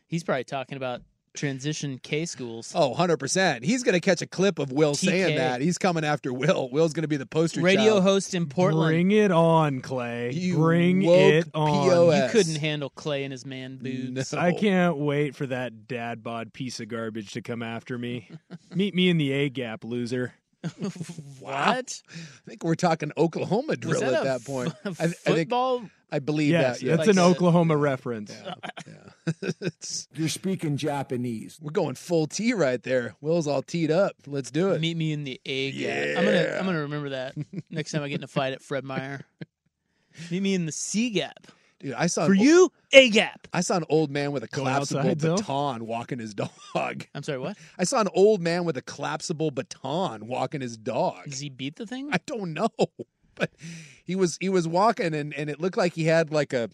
Speaker 2: He's probably talking about transition K schools.
Speaker 8: Oh, 100%. He's going to catch a clip of Will
Speaker 2: TK.
Speaker 8: saying that. He's coming after Will. Will's going to be the poster
Speaker 2: Radio
Speaker 8: [LAUGHS] child.
Speaker 2: host in Portland.
Speaker 9: Bring it on, Clay. Bring
Speaker 8: woke
Speaker 9: it on.
Speaker 8: POS.
Speaker 2: You couldn't handle Clay and his man boobs.
Speaker 9: I can't wait for that dad bod piece of garbage to come after me. Meet me in the A gap, loser.
Speaker 2: What?
Speaker 8: I think we're talking Oklahoma drill
Speaker 9: that
Speaker 8: at
Speaker 9: a
Speaker 8: that point.
Speaker 9: f-
Speaker 8: I- I think-
Speaker 2: football?
Speaker 8: I believe
Speaker 9: Yes,
Speaker 8: that. yeah.
Speaker 9: that's an Oklahoma reference.
Speaker 8: You're speaking Japanese. We're going full T right there. Will's all teed up. Let's do it.
Speaker 2: Meet me in the egg. I'm gonna
Speaker 8: Yeah.
Speaker 2: I'm gonna remember
Speaker 8: [LAUGHS]
Speaker 2: that next time I get in a fight at Fred Meyer. Meet me in the C gap.
Speaker 8: Dude, I saw
Speaker 2: For
Speaker 8: an-
Speaker 2: you, A gap.
Speaker 8: I saw an old man with a collapsible
Speaker 9: outside, though?
Speaker 8: baton walking his [LAUGHS] dog.
Speaker 2: I'm sorry, what?
Speaker 8: I saw an old man with a collapsible baton walking his dog.
Speaker 2: Does he beat the thing?
Speaker 8: [LAUGHS] I don't know, but he was he was walking and and it looked like he had like a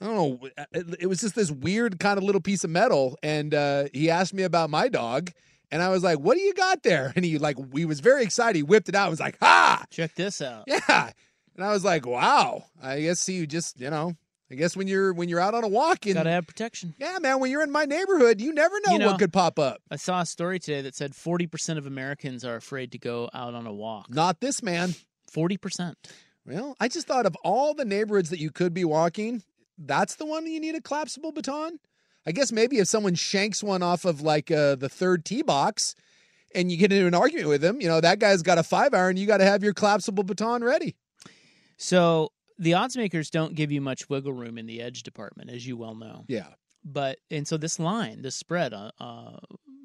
Speaker 8: I don't know. uh, It, it was just this weird kind of little piece of metal, and uh, he asked me about my dog, and I was like, "What do you got there?" And he like he was very excited. He whipped it out. and was like, "Ha!"
Speaker 2: Check this out.
Speaker 8: Yeah. And I was like, wow. I guess you just, you know, I guess when you're when you're out on a walk and
Speaker 2: Gotta have protection.
Speaker 8: yeah, man, when you're in my neighborhood, you never know,
Speaker 2: You know-
Speaker 8: what could pop up.
Speaker 2: I saw a story today that said 40% of Americans are afraid to go out on a walk.
Speaker 8: Not this man.
Speaker 2: 40%.
Speaker 8: Well, I just thought of all the neighborhoods that you could be walking, that's the one you need a collapsible baton. I guess maybe if someone shanks one off of like uh, the third tee box and you get into an argument with him, you know, that guy's got a five iron, you got to have your collapsible baton ready.
Speaker 2: So the odds makers don't give you much wiggle room in the edge department, as you well know.
Speaker 8: Yeah.
Speaker 2: But and so this line, this spread, uh, uh,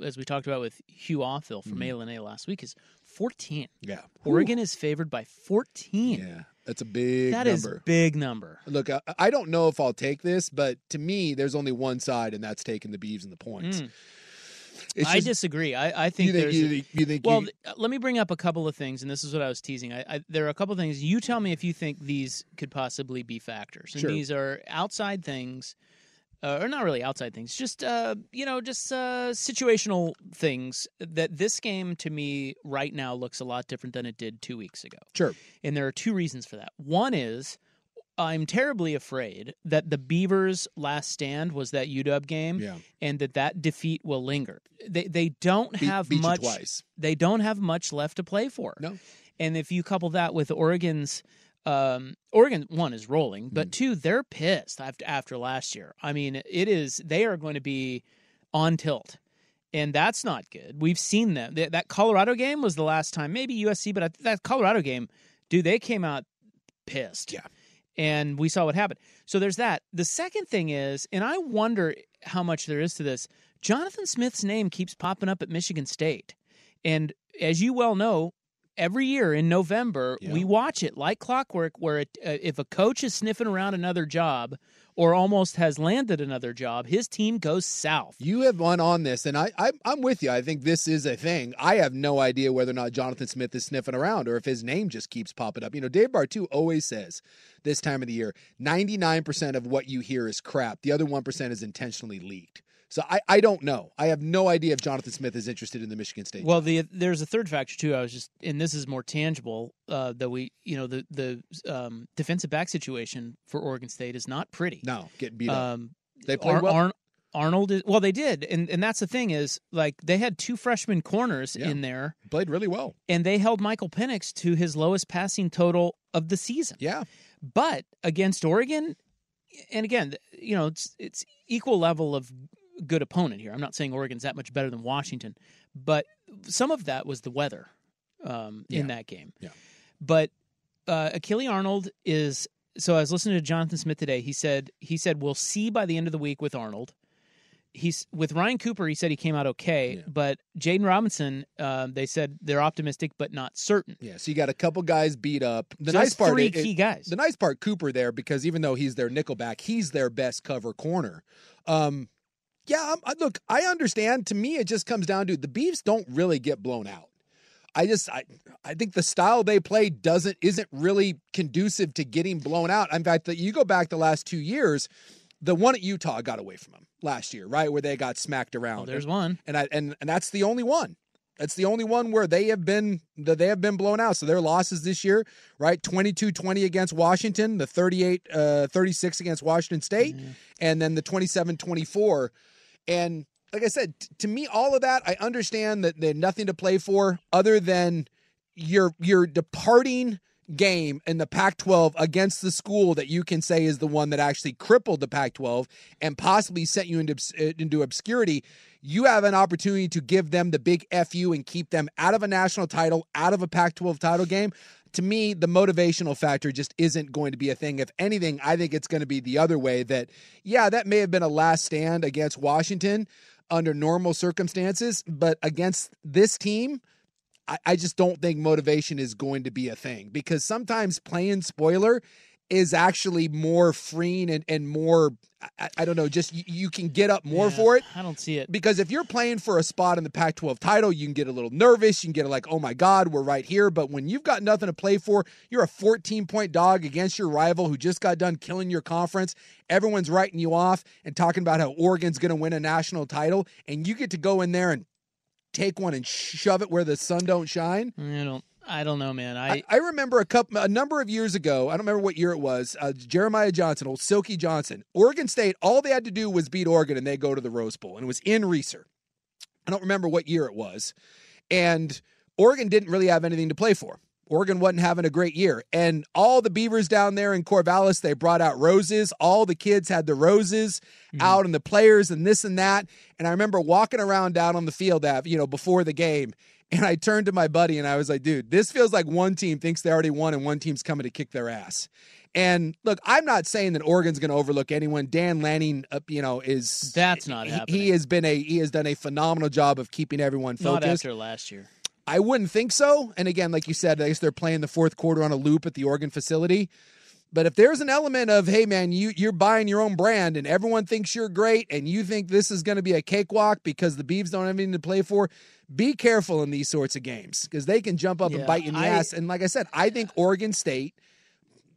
Speaker 2: as we talked about with Hugh Offill
Speaker 8: Mm-hmm.
Speaker 2: from A and A last week, is 14.
Speaker 8: Yeah.
Speaker 2: Oregon is favored by 14.
Speaker 8: Yeah. That's a big
Speaker 2: That is
Speaker 8: number.
Speaker 2: big number.
Speaker 8: Look, I, I don't know if I'll take this, but to me, there's only one side, and that's taking the Beavs and the points.
Speaker 2: Mm.
Speaker 8: It's
Speaker 2: I
Speaker 8: just-
Speaker 2: disagree. I, I think
Speaker 8: you think,
Speaker 2: there's
Speaker 8: you,
Speaker 2: a-
Speaker 8: think- you think
Speaker 2: well,
Speaker 8: you-
Speaker 2: th- let me bring up a couple of things, and this is what I was teasing. I, I, there are a couple of things. You tell me if you think these could possibly be factors, and
Speaker 8: Sure.
Speaker 2: these are outside things, uh, or not really outside things, just uh, you know, just uh, situational things. That this game to me right now looks a lot different than it did two weeks ago.
Speaker 8: sure.
Speaker 2: And there are two reasons for that. One is I'm terribly afraid that the Beavers' last stand was that UW game,
Speaker 8: Yeah.
Speaker 2: and that that defeat will linger. They they don't
Speaker 8: Beat-
Speaker 2: have
Speaker 8: beat you
Speaker 2: much.
Speaker 8: twice.
Speaker 2: They don't have much left to play for.
Speaker 8: No.
Speaker 2: And if you couple that with Oregon's, um, Oregon one is rolling, but two they're pissed after after last year. I mean, it is they are going to be on tilt and that's not good. We've seen them. Th- that Colorado game was the last time, maybe USC, but I, that Colorado game, dude, they came out pissed.
Speaker 8: Yeah.
Speaker 2: And we saw what happened. So there's that. The second thing is, and I wonder how much there is to this. Jonathan Smith's name keeps popping up at Michigan State. And as you well know, every year in November, we watch it like clockwork, where it, uh, if a coach is sniffing around another job or almost has landed another job, his team goes south.
Speaker 8: You have one on this, and I, I, I'm with you. I think this is a thing. I have no idea whether or not Jonathan Smith is sniffing around or if his name just keeps popping up. You know, Dave Bartu always says this time of the year 99% of what you hear is crap, the other 1% is intentionally leaked. So I, I don't know. I have no idea if Jonathan Smith is interested in the Michigan State.
Speaker 2: Well, the there's a third factor too. I was just, and this is more tangible. Uh, that we, you know, the the um, defensive back situation for Oregon State is not pretty. Um,
Speaker 8: no, getting beat
Speaker 2: uh,
Speaker 8: up. They played
Speaker 2: Ar-
Speaker 8: well.
Speaker 2: Arn- Arnold, is, well, they did, and and that's the thing is like they had two freshman corners in there,
Speaker 8: played really well.
Speaker 2: and they held Michael Penix to his lowest passing total of the season.
Speaker 8: Yeah.
Speaker 2: But against Oregon, and again, you know, it's it's equal level of good opponent here. I'm not saying Oregon's that much better than Washington, but some of that was the weather um, in that game.
Speaker 8: Yeah.
Speaker 2: But uh, Achille Arnold is. So I was listening to Jonathan Smith today. He said he said we'll see by the end of the week with Arnold. He's with Ryan Cooper. He said he came out okay, but Jaden Robinson, um, they said they're optimistic but not certain.
Speaker 8: Yeah, so you got a couple guys beat up. The
Speaker 2: Just
Speaker 8: nice part,
Speaker 2: three
Speaker 8: it- it-
Speaker 2: key guys.
Speaker 8: The nice part, Cooper there, because even though he's their nickelback, he's their best cover corner. Um, yeah, I'm, I, look, I understand. To me, it just comes down to the Beavs don't really get blown out. I just I, I think the style they play doesn't isn't really conducive to getting blown out. In fact, that you go back the last two years, the one at Utah got away from them last year, right where they got smacked around.
Speaker 2: Oh, there's
Speaker 8: And-
Speaker 2: one.
Speaker 8: and I and, and that's the only one. That's the only one where they have been that they have been blown out. So their losses this year, right? 22-20 against Washington, the 38 uh 36 against Washington State, and then the 27-24. And like I said, t- to me all of that, I understand that they had nothing to play for other than your your departing game in the Pac-12 against the school that you can say is the one that actually crippled the Pac-12 and possibly sent you into obs- uh, into obscurity, you have an opportunity to give them the big FU and keep them out of a national title, out of a Pac-12 title game. To me, the motivational factor just isn't going to be a thing. If anything, I think it's going to be the other way that yeah, that may have been a last stand against Washington under normal circumstances, but against this team, I, I just don't think motivation is going to be a thing because sometimes playing spoiler is actually more freeing and, and more I, I don't know just you, you can get up more
Speaker 2: Yeah,
Speaker 8: for it
Speaker 2: I don't see it
Speaker 8: because if you're playing for a spot in the Pac 12 title, you can get a little nervous. You can get like, oh my God, we're right here. But when you've got nothing to play for, you're a 14 point dog against your rival who just got done killing your conference. Everyone's writing you off and talking about how Oregon's going to win a national title. And you get to go in there and take one and shove it where the sun don't shine.
Speaker 2: I don't. I don't know, man. I,
Speaker 8: I, I remember a couple a number of years ago. I don't remember what year it was. Uh, Jeremiah Johnson, old Silky Johnson, Oregon State. All they had to do was beat Oregon, and they go to the Rose Bowl, and it was in Reeser. I don't remember what year it was, and Oregon didn't really have anything to play for. Oregon wasn't having a great year, and all the Beavers down there in Corvallis, they brought out roses. All the kids had the roses
Speaker 2: Hmm.
Speaker 8: out, and the players, and this and that. And I remember walking around down on the field that you know before the game, and I turned to my buddy and I was like, dude, this feels like one team thinks they already won and one team's coming to kick their ass. And look, I'm not saying that Oregon's going to overlook anyone. Dan Lanning, uh, you know, is
Speaker 2: That's not
Speaker 8: he,
Speaker 2: happening.
Speaker 8: he has been a he has done a phenomenal job of keeping everyone
Speaker 2: not
Speaker 8: focused.
Speaker 2: after last year.
Speaker 8: I wouldn't think so. And again, like you said, I guess they're playing the fourth quarter on a loop at the Oregon facility. But if there's an element of, hey man, you you're buying your own brand and everyone thinks you're great and you think this is going to be a cakewalk because the Beavs don't have anything to play for, be careful in these sorts of games because they can jump up
Speaker 2: Yeah,
Speaker 8: and bite you in the
Speaker 2: I-
Speaker 8: ass. And like I said, I think Oregon State,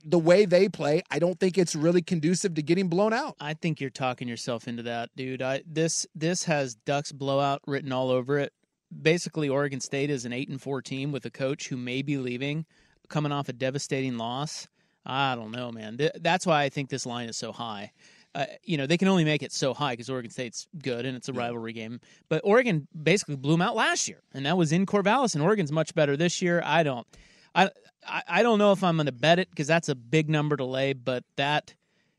Speaker 8: the way they play, I don't think it's really conducive to getting blown out.
Speaker 2: I think you're talking yourself into that, dude. I this this has Ducks blowout written all over it. Basically, Oregon State is an eight and four team with a coach who may be leaving, coming off a devastating loss. I don't know, man. Th- that's why I think this line is so high. Uh, you know, they can only make it so high because Oregon State's good and it's a rivalry game. But Oregon basically blew them out last year, and that was in Corvallis. And Oregon's much better this year. I don't, I, I, I don't know if I'm going to bet it because that's a big number to lay. But that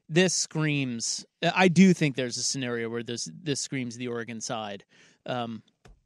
Speaker 2: this screams. I do think there's a scenario where this this screams the Oregon side. Um,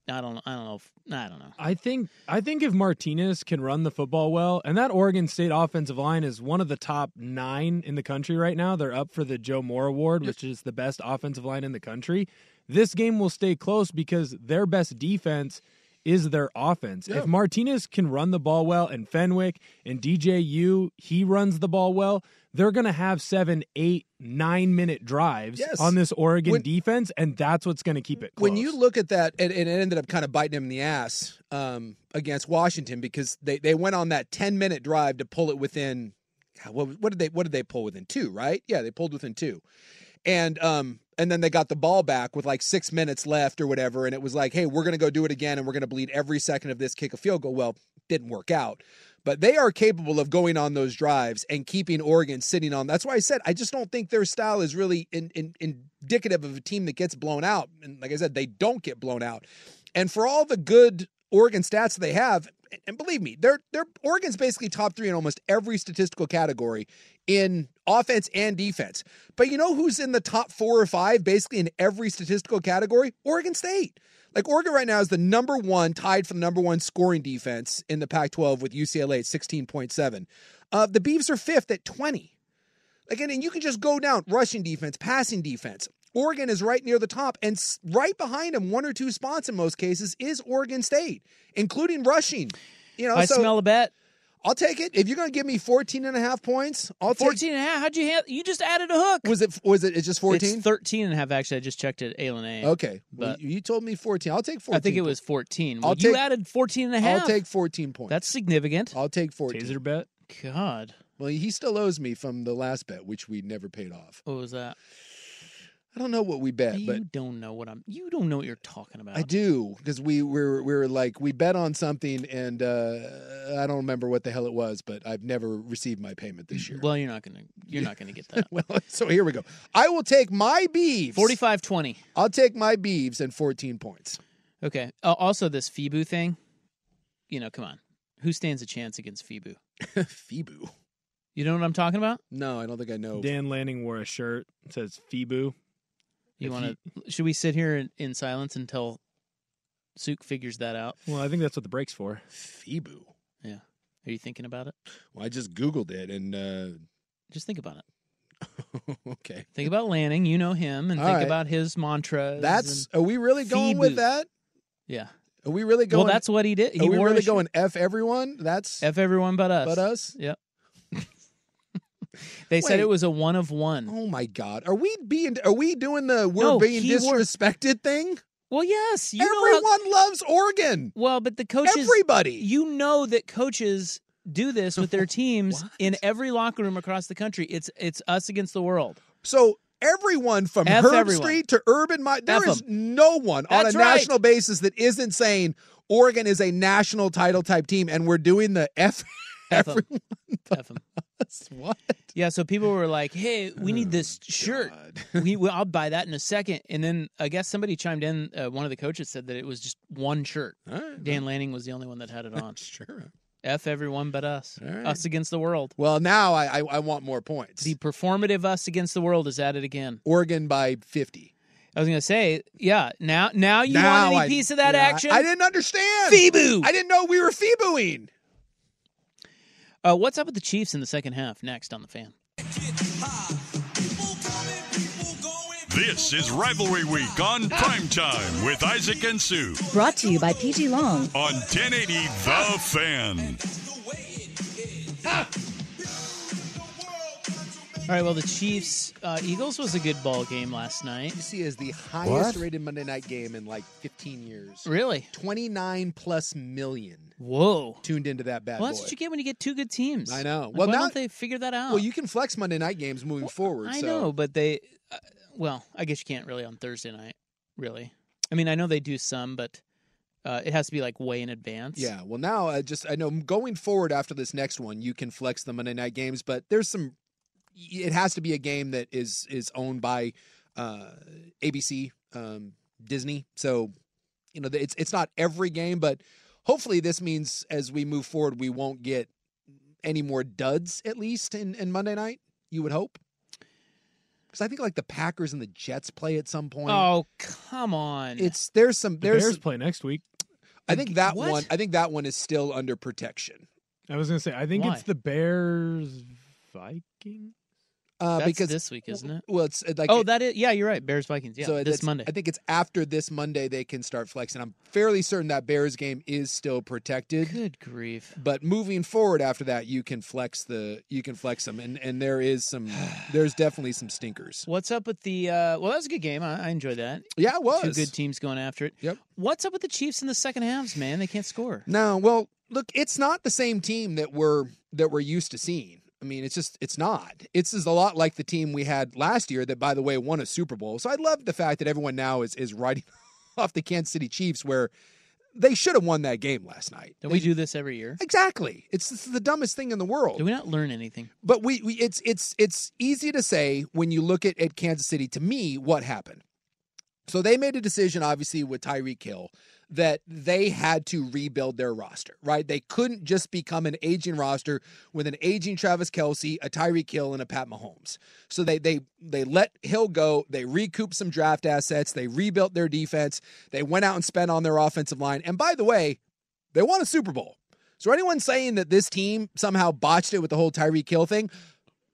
Speaker 2: I don't. I don't know. If, I don't know.
Speaker 9: I think I think if Martinez can run the football well, and that Oregon State offensive line is one of the top nine in the country right now. They're up for the Joe Moore Award, which is the best offensive line in the country. This game will stay close because their best defense is their offense.
Speaker 13: Yeah.
Speaker 9: If Martinez can run the ball well, and Fenwick and DJU he runs the ball well, they're going to have seven, eight, nine minute drives
Speaker 8: Yes.
Speaker 9: on this Oregon
Speaker 8: When-
Speaker 9: defense, and that's what's going to keep it.
Speaker 8: When you look at that, and, and it ended up kind of biting him in the ass um, against Washington because they, they went on that ten minute drive to pull it within. God, What, what did they What did they pull within two? Right? Yeah, they pulled within two, and um and then they got the ball back with like six minutes left or whatever, and it was like, hey, we're gonna go do it again, and we're gonna bleed every second of this kick a field goal. Well, didn't work out. But they are capable of going on those drives and keeping Oregon sitting on. That's why I said I just don't think their style is really in, in, indicative of a team that gets blown out. And like I said, they don't get blown out. And for all the good Oregon stats they have, and believe me, they're they're Oregon's basically top three in almost every statistical category in offense and defense. But you know who's in the top four or five basically in every statistical category? Oregon State. Like Oregon right now is the number one, tied for the number one scoring defense in the Pac-12 with UCLA at 16.7. Uh, the Beavs are fifth at 20. Again, and you can just go down rushing defense, passing defense. Oregon is right near the top, and s- right behind them, one or two spots in most cases, is Oregon State, including rushing. You know,
Speaker 2: I
Speaker 8: so
Speaker 2: smell a bet.
Speaker 8: I'll take it. If you're going to give me 14 and a half points, I'll
Speaker 2: 14 and a half. How'd you ha- you just added a hook?
Speaker 8: Was it was it it's just 14?
Speaker 2: It's 13 and a half actually. I just checked it A.
Speaker 8: Okay. Well, you you told me 14. I'll take 14.
Speaker 2: I think it was 14. Well,
Speaker 8: I'll
Speaker 2: you
Speaker 8: take-
Speaker 2: added 14 and a half.
Speaker 8: I'll take 14 points.
Speaker 2: That's significant.
Speaker 8: I'll take 14.
Speaker 9: Taser bet.
Speaker 2: God.
Speaker 8: Well, he still owes me from the last bet, which we never paid off.
Speaker 2: What was that?
Speaker 8: I don't know what we bet,
Speaker 2: you
Speaker 8: but
Speaker 2: don't know what I'm. You don't know what you're talking about.
Speaker 8: I do because we were we were like we bet on something and uh, I don't remember what the hell it was, but I've never received my payment this year.
Speaker 2: Well, you're not gonna. You're not gonna get that.
Speaker 8: [LAUGHS] well, so here we go. I will take my beeves.
Speaker 2: 45-20.
Speaker 8: I'll take my beeves and 14 points. [LAUGHS]
Speaker 2: Okay. Uh, also, this Febu thing. You know, come on. Who stands a chance against Febu?
Speaker 8: Febu.
Speaker 2: You know what I'm talking about?
Speaker 8: No, I don't think I know.
Speaker 9: Dan Lanning wore a shirt that says Febu.
Speaker 2: You
Speaker 9: If
Speaker 2: want to? Should we sit here in, in silence until Sook figures that out?
Speaker 9: Well, I think that's what the break's for.
Speaker 8: Febu.
Speaker 2: Yeah. Are you thinking about it?
Speaker 8: Well, I just googled it and uh, [LAUGHS]
Speaker 2: Just think about it.
Speaker 8: okay.
Speaker 2: Think about Lanning. You know him, and
Speaker 8: All
Speaker 2: think
Speaker 8: right.
Speaker 2: about his mantra.
Speaker 8: That's are we really going
Speaker 2: Febu.
Speaker 8: with that?
Speaker 2: yeah.
Speaker 8: Are we really
Speaker 2: Well,
Speaker 8: going?
Speaker 2: that's what he did. He
Speaker 8: are we
Speaker 2: wore a
Speaker 8: really
Speaker 2: sh-
Speaker 8: going f everyone? That's
Speaker 2: F everyone but us.
Speaker 8: but us.
Speaker 2: Yep. They said
Speaker 8: Wait.
Speaker 2: it was a one of one.
Speaker 8: Oh my God! Are we being? Are we doing the we're
Speaker 2: No,
Speaker 8: being
Speaker 2: he wore-
Speaker 8: disrespected thing?
Speaker 2: Well, yes. You know how-
Speaker 8: Everyone loves Oregon.
Speaker 2: Well, but the coaches,
Speaker 8: Everybody.
Speaker 2: you know that coaches do this
Speaker 8: [LAUGHS]
Speaker 2: with their teams in every locker room across the country. It's it's us against the
Speaker 8: [LAUGHS]
Speaker 2: world.
Speaker 8: So everyone from
Speaker 2: F
Speaker 8: Herb
Speaker 2: everyone.
Speaker 8: Street to Urban Mile, there
Speaker 2: F
Speaker 8: is no one on
Speaker 2: That's
Speaker 8: a
Speaker 2: right.
Speaker 8: national basis that isn't saying Oregon is a national title type team, and we're doing the f. [LAUGHS]
Speaker 2: F 'em.
Speaker 8: everyone
Speaker 2: F 'em.
Speaker 8: us. What?
Speaker 2: Yeah, so people were like, "Hey, we
Speaker 8: Oh,
Speaker 2: need this shirt. [LAUGHS] we, we, I'll buy that in a second. And then I guess somebody chimed in. Uh, one of the coaches said that it was just one shirt.
Speaker 8: All right.
Speaker 2: Dan Lanning was the only one that had it
Speaker 8: [LAUGHS]
Speaker 2: on.
Speaker 8: Sure.
Speaker 2: F everyone but us.
Speaker 8: All right.
Speaker 2: Us against the world.
Speaker 8: Well, now I, I I want more points.
Speaker 2: The performative us against the world is at it again.
Speaker 8: Oregon by fifty.
Speaker 2: I was gonna say, yeah. Now, now you want any
Speaker 8: I-
Speaker 2: piece of that
Speaker 8: yeah, I-
Speaker 2: action?
Speaker 8: I didn't understand.
Speaker 2: Feeboo.
Speaker 8: I didn't know we were feebooing.
Speaker 2: Uh, what's up with the Chiefs in the second half? Next on the fan.
Speaker 4: This is Rivalry Week on Primetime with Isaac and Sue
Speaker 7: Brought to you by PG Long.
Speaker 4: on 1080 The Fan.
Speaker 2: All right. Well, the Chiefs uh, Eagles was a good ball game last night.
Speaker 8: UC is the highest rated Monday night game in like 15 years.
Speaker 2: Really?
Speaker 8: 29 plus million
Speaker 2: Whoa.
Speaker 8: tuned into that bad
Speaker 2: well,
Speaker 8: boy.
Speaker 2: that's what you get when you get two good teams.
Speaker 8: I know.
Speaker 2: well,
Speaker 8: Well,
Speaker 2: why
Speaker 8: now
Speaker 2: don't they figure that out?
Speaker 8: well, you can flex Monday night games moving forward.
Speaker 2: I
Speaker 8: so.
Speaker 2: know, but they. Uh, well, I guess you can't really on Thursday night. Really, I mean, I know they do some, but uh, it has to be like way in advance.
Speaker 8: Yeah. Well, now I just I know going forward after this next one, you can flex the Monday night games, but there's some. It has to be a game that is is owned by uh, ABC, um, Disney. So you know it's it's not every game, but hopefully this means as we move forward, we won't get any more duds at least in in Monday night. You would hope. Because I think like the Packers and the Jets play at some point.
Speaker 2: Oh come on!
Speaker 8: It's there's some
Speaker 9: The
Speaker 8: there's
Speaker 9: Bears play next week.
Speaker 8: I think that
Speaker 2: What?
Speaker 8: one I think that one is still under protection.
Speaker 9: I was gonna say I think
Speaker 2: Why?
Speaker 9: it's the Bears Viking.
Speaker 8: Uh,
Speaker 2: That's
Speaker 8: because
Speaker 2: this week, isn't it?
Speaker 8: Well, it's uh, like
Speaker 2: oh, that is. Yeah, you're right. Bears Vikings. Yeah,
Speaker 8: so
Speaker 2: this
Speaker 8: that's-
Speaker 2: Monday.
Speaker 8: I think it's after this Monday they can start flexing. I'm fairly certain that Bears game is still protected,
Speaker 2: Good grief!
Speaker 8: but moving forward after that, you can flex the you can flex them, and and there is some there's definitely some stinkers.
Speaker 2: What's up with the? Uh, well, that was a good game. I, I enjoyed that.
Speaker 8: Yeah, it was
Speaker 2: Two good teams going after it.
Speaker 8: Yep.
Speaker 2: What's up with the Chiefs in the second halves, man? They can't score.
Speaker 8: No, well, look, it's not the same team that we're that we're used to seeing. I mean, it's just it's not. It's is a lot like the team we had last year that by the way won a Super Bowl. So I love the fact that everyone now is is riding [LAUGHS] off the Kansas City Chiefs where they should have won that game last night.
Speaker 2: Don't we do this every year?
Speaker 8: Exactly. It's, it's the dumbest thing in the world
Speaker 2: Do we not learn anything?
Speaker 8: but we, we it's it's it's easy to say when you look at, at Kansas City to me what happened. So they made a decision obviously with Tyreek Hill that they had to rebuild their roster, right? They couldn't just become an aging roster with an aging Travis Kelsey, a Tyreek Hill, and a Pat Mahomes. So they they they let Hill go, they recouped some draft assets, they rebuilt their defense, they went out and spent on their offensive line. And by the way, they won a Super Bowl. So anyone saying that this team somehow botched it with the whole Tyree Kill thing,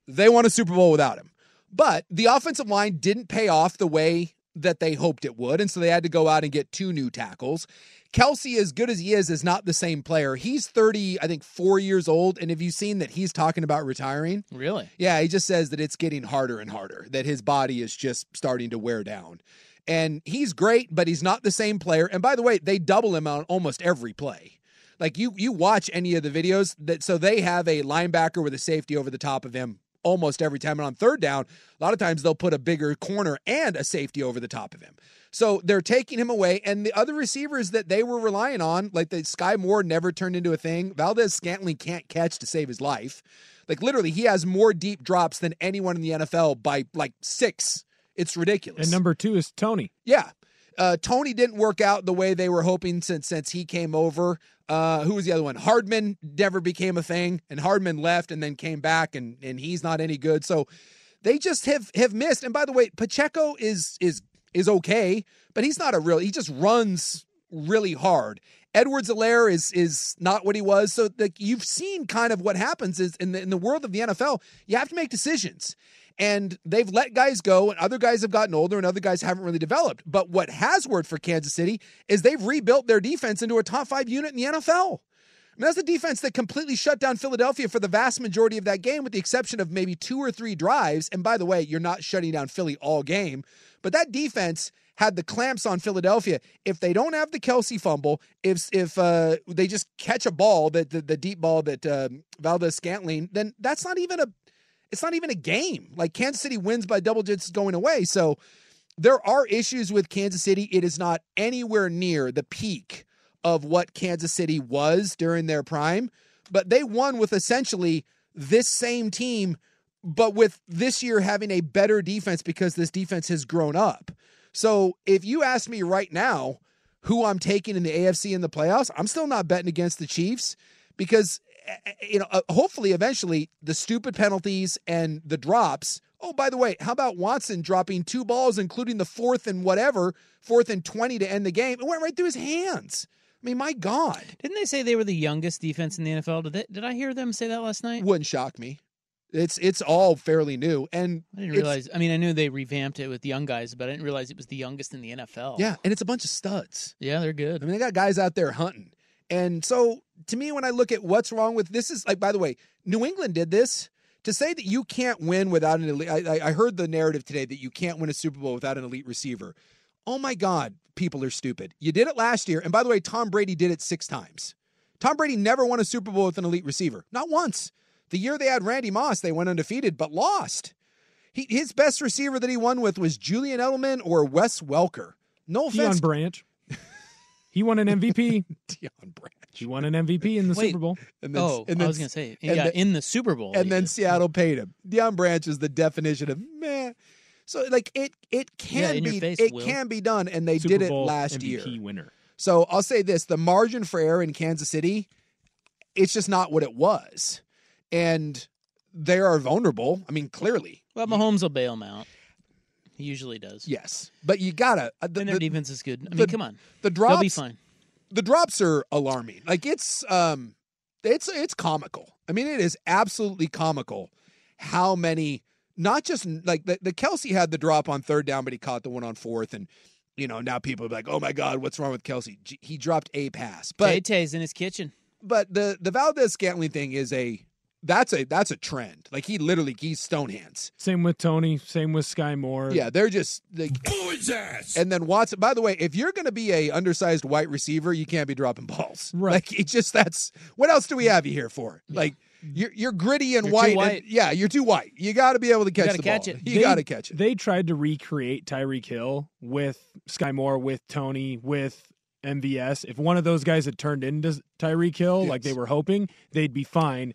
Speaker 8: they won a Super Bowl without him. But the offensive line didn't pay off the way that they hoped it would. And so they had to go out and get two new tackles. Kelsey, as good as he is, is not the same player. He's 30, I think, four years old. And have you seen that he's talking about retiring?
Speaker 2: Really?
Speaker 8: Yeah, he just says that it's getting harder and harder, that his body is just starting to wear down. And he's great, but he's not the same player. And by the way, they double him on almost every play. Like you you watch any of the videos that so they have a linebacker with a safety over the top of him almost every time. And on third down, a lot of times they'll put a bigger corner and a safety over the top of him. So they're taking him away. And the other receivers that they were relying on, like the Sky Moore never turned into a thing. Valdez Scantling can't catch to save his life. Like literally, he has more deep drops than anyone in the NFL by like six. It's ridiculous.
Speaker 9: And number two is Tony.
Speaker 8: Yeah. Uh, Tony didn't work out the way they were hoping since since he came over. Uh, who was the other one? Hardman never became a thing, and Hardman left and then came back, and and he's not any good. So they just have have missed. And by the way, Pacheco is is is okay, but he's not a real. He just runs really hard. Edwards Alaire is is not what he was. So like you've seen kind of what happens is in the in the world of the NFL, you have to make decisions and they've let guys go and other guys have gotten older and other guys haven't really developed but what has worked for kansas city is they've rebuilt their defense into a top five unit in the nfl I mean, that's the defense that completely shut down Philadelphia for the vast majority of that game, with the exception of maybe two or three drives. And by the way, you're not shutting down Philly all game, but that defense had the clamps on Philadelphia. If they don't have the Kelsey fumble, if if uh, they just catch a ball that the, the deep ball that uh, Valdez Scantling, then that's not even a it's not even a game. Like Kansas City wins by double digits going away. So there are issues with Kansas City. It is not anywhere near the peak of what Kansas City was during their prime, but they won with essentially this same team, but with this year having a better defense because this defense has grown up. So if you ask me right now who I'm taking in the AFC in the playoffs, I'm still not betting against the Chiefs because eh, you know, uh, hopefully, eventually, the stupid penalties and the drops. Oh, by the way, how about Watson dropping two balls, including the fourth and whatever, fourth and 20 to end the game? It went right through his hands. I mean, my God.
Speaker 2: Didn't they say they were the youngest defense in the NFL? Did, they, did I hear them say that last night?
Speaker 8: Wouldn't shock me. It's it's all fairly new, and
Speaker 2: I didn't realize. I mean, I knew they revamped it with young guys, but I didn't realize it was the youngest in the NFL.
Speaker 8: Yeah, and it's a bunch of studs.
Speaker 2: Yeah, they're good.
Speaker 8: I mean, they got guys out there hunting. And so to me, when I look at what's wrong with this is like, by the way, New England did this to say that you can't win without an elite. I, I, heard the narrative today that you can't win a Super Bowl without an elite receiver. Oh my God, people are stupid. You did it last year. And by the way, Tom Brady did it six times. Tom Brady never won a Super Bowl with an elite receiver, not once. The year they had Randy Moss, they went undefeated but lost. He, his best receiver that he won with was Julian Edelman or Wes Welker. No offense. [LAUGHS]
Speaker 9: Deion Branch. He won an MVP. Deion Branch. He won an MVP in the
Speaker 2: Wait.
Speaker 9: Super Bowl.
Speaker 2: And then, oh,
Speaker 8: and
Speaker 2: I
Speaker 8: then-
Speaker 2: was gonna say,
Speaker 8: and
Speaker 2: yeah,
Speaker 8: then-
Speaker 2: in the Super Bowl,
Speaker 8: and then Seattle paid him. Deion Branch is the definition of meh. So like it it can
Speaker 2: in your
Speaker 8: be
Speaker 2: face,
Speaker 8: it
Speaker 2: Will.
Speaker 8: can be done, and they
Speaker 9: Super
Speaker 8: did it
Speaker 9: Bowl
Speaker 8: last
Speaker 9: MVP
Speaker 8: year.
Speaker 9: winner.
Speaker 8: So I'll say this: the margin for error in Kansas City, it's just not what it was, and they are vulnerable. I mean, clearly,
Speaker 2: well, Mahomes will bail him out. He usually does.
Speaker 8: yes, but you gotta. uh, The,
Speaker 2: and their
Speaker 8: the-
Speaker 2: defense is good. I
Speaker 8: the-
Speaker 2: mean, come on,
Speaker 8: the
Speaker 2: they'll be
Speaker 8: drops-
Speaker 2: fine.
Speaker 8: the drops are alarming. Like it's um it's it's comical. I mean it is absolutely comical how many not just like the, the Kelsey had the drop on third down but he caught the one on fourth and you know now people are like oh my god what's wrong with Kelsey G- he dropped a pass but
Speaker 2: Tay-Tay's in his kitchen.
Speaker 8: but the the Valdez Scantling thing is a that's a that's a trend like he literally he's stone hands
Speaker 9: Same with Tony. Same with Sky Moore.
Speaker 8: yeah they're just
Speaker 2: [LAUGHS]
Speaker 8: like and then Watson. By the way, if you're going to be a undersized white receiver, you can't be dropping balls. Right. Like it just that's what else do we have you here for? Like you're you're gritty and
Speaker 2: You're too
Speaker 8: white. and-
Speaker 2: white.
Speaker 8: yeah, you're too white. You got to be able to catch
Speaker 2: gotta
Speaker 8: the
Speaker 2: catch
Speaker 8: ball.
Speaker 2: it.
Speaker 8: You
Speaker 9: They-
Speaker 8: got to catch it.
Speaker 9: They tried to recreate Tyreek Hill with Sky Moore, with Tony, with MVS. If one of those guys had turned into Tyreek Hill like they
Speaker 8: Yes.
Speaker 9: were hoping, they'd be fine.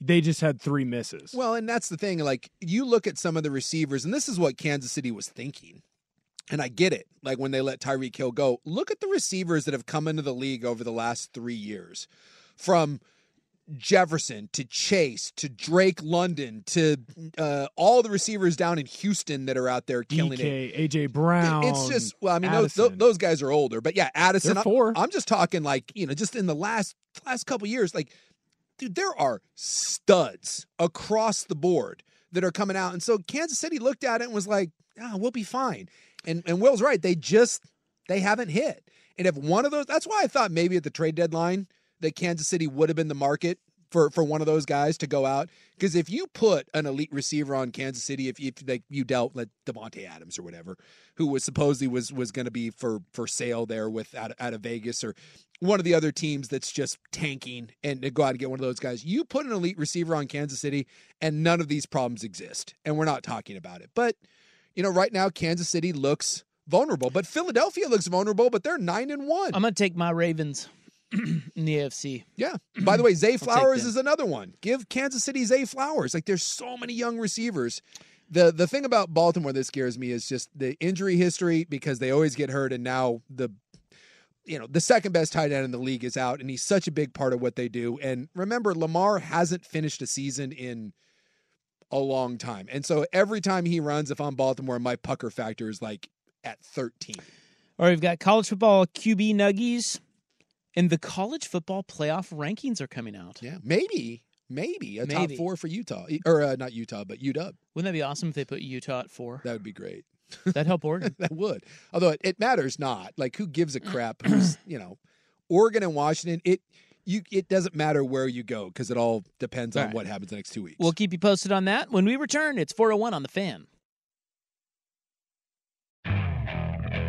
Speaker 9: They just had three misses.
Speaker 8: Well, and that's the thing. Like you look at some of the receivers, and this is what Kansas City was thinking. And I get it. Like when they let Tyreek Hill go, look at the receivers that have come into the league over the last three years, from Jefferson to Chase to Drake London to uh, all the receivers down in Houston that are out there killing it.
Speaker 9: DK, AJ Brown.
Speaker 8: It's just well, I mean, those, tho-
Speaker 9: Addison.
Speaker 8: those guys are older, but yeah, Addison.
Speaker 9: They're
Speaker 8: I'm-
Speaker 9: four.
Speaker 8: I'm just talking like you know, just in the last last couple years, like dude, there are studs across the board that are coming out, and so Kansas City looked at it and was like, ah, we'll be fine. And and Will's right. They just they haven't hit. And if one of those, that's why I thought maybe at the trade deadline that Kansas City would have been the market for for one of those guys to go out. Because if you put an elite receiver on Kansas City, if if like you dealt like Devonte Adams or whatever, who was supposedly was was going to be for for sale there with out, out of Vegas or one of the other teams that's just tanking and to go out and get one of those guys, you put an elite receiver on Kansas City, and none of these problems exist. And we're not talking about it, but you know, right now Kansas City looks vulnerable, but Philadelphia looks vulnerable, but they're nine and one.
Speaker 2: I'm gonna take my Ravens [CLEARS THROAT] in the AFC.
Speaker 8: Yeah. By
Speaker 2: [CLEARS THROAT]
Speaker 8: the way,
Speaker 2: I'll
Speaker 8: Zay
Speaker 2: take
Speaker 8: Flowers
Speaker 2: them.
Speaker 8: is another one. Give Kansas City Zay Flowers. Like there's so many young receivers. The the thing about Baltimore that scares me is just the injury history because they always get hurt and now the you know, the second best tight end in the league is out and he's such a big part of what they do. And remember Lamar hasn't finished a season in a long time. And so every time he runs if I'm Baltimore, my pucker factor is like at 13.
Speaker 2: All right, we've got college football QB nuggies, and the college football playoff rankings are coming out.
Speaker 8: Yeah, maybe, maybe a top four for Utah or uh, not Utah, but UW.
Speaker 2: Wouldn't that be awesome if they put Utah at
Speaker 8: [LAUGHS]
Speaker 2: four?
Speaker 8: That would be great.
Speaker 2: That'd help Oregon.
Speaker 8: that would. Although it, it matters not. Like who gives
Speaker 2: [CLEARS THROAT]
Speaker 8: a crap who's, you know, Oregon and Washington, it you it doesn't matter where you go because it all depends on
Speaker 2: All right.
Speaker 8: what happens the next two weeks.
Speaker 2: We'll keep you posted on that. When we return, it's 401 on the fan.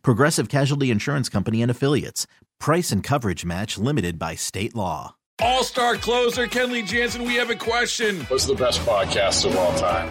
Speaker 1: Progressive Casualty Insurance Company and Affiliates. Price and coverage match limited by state law.
Speaker 12: All star closer Kenley Jansen, we have a question. What's the best podcast of all time?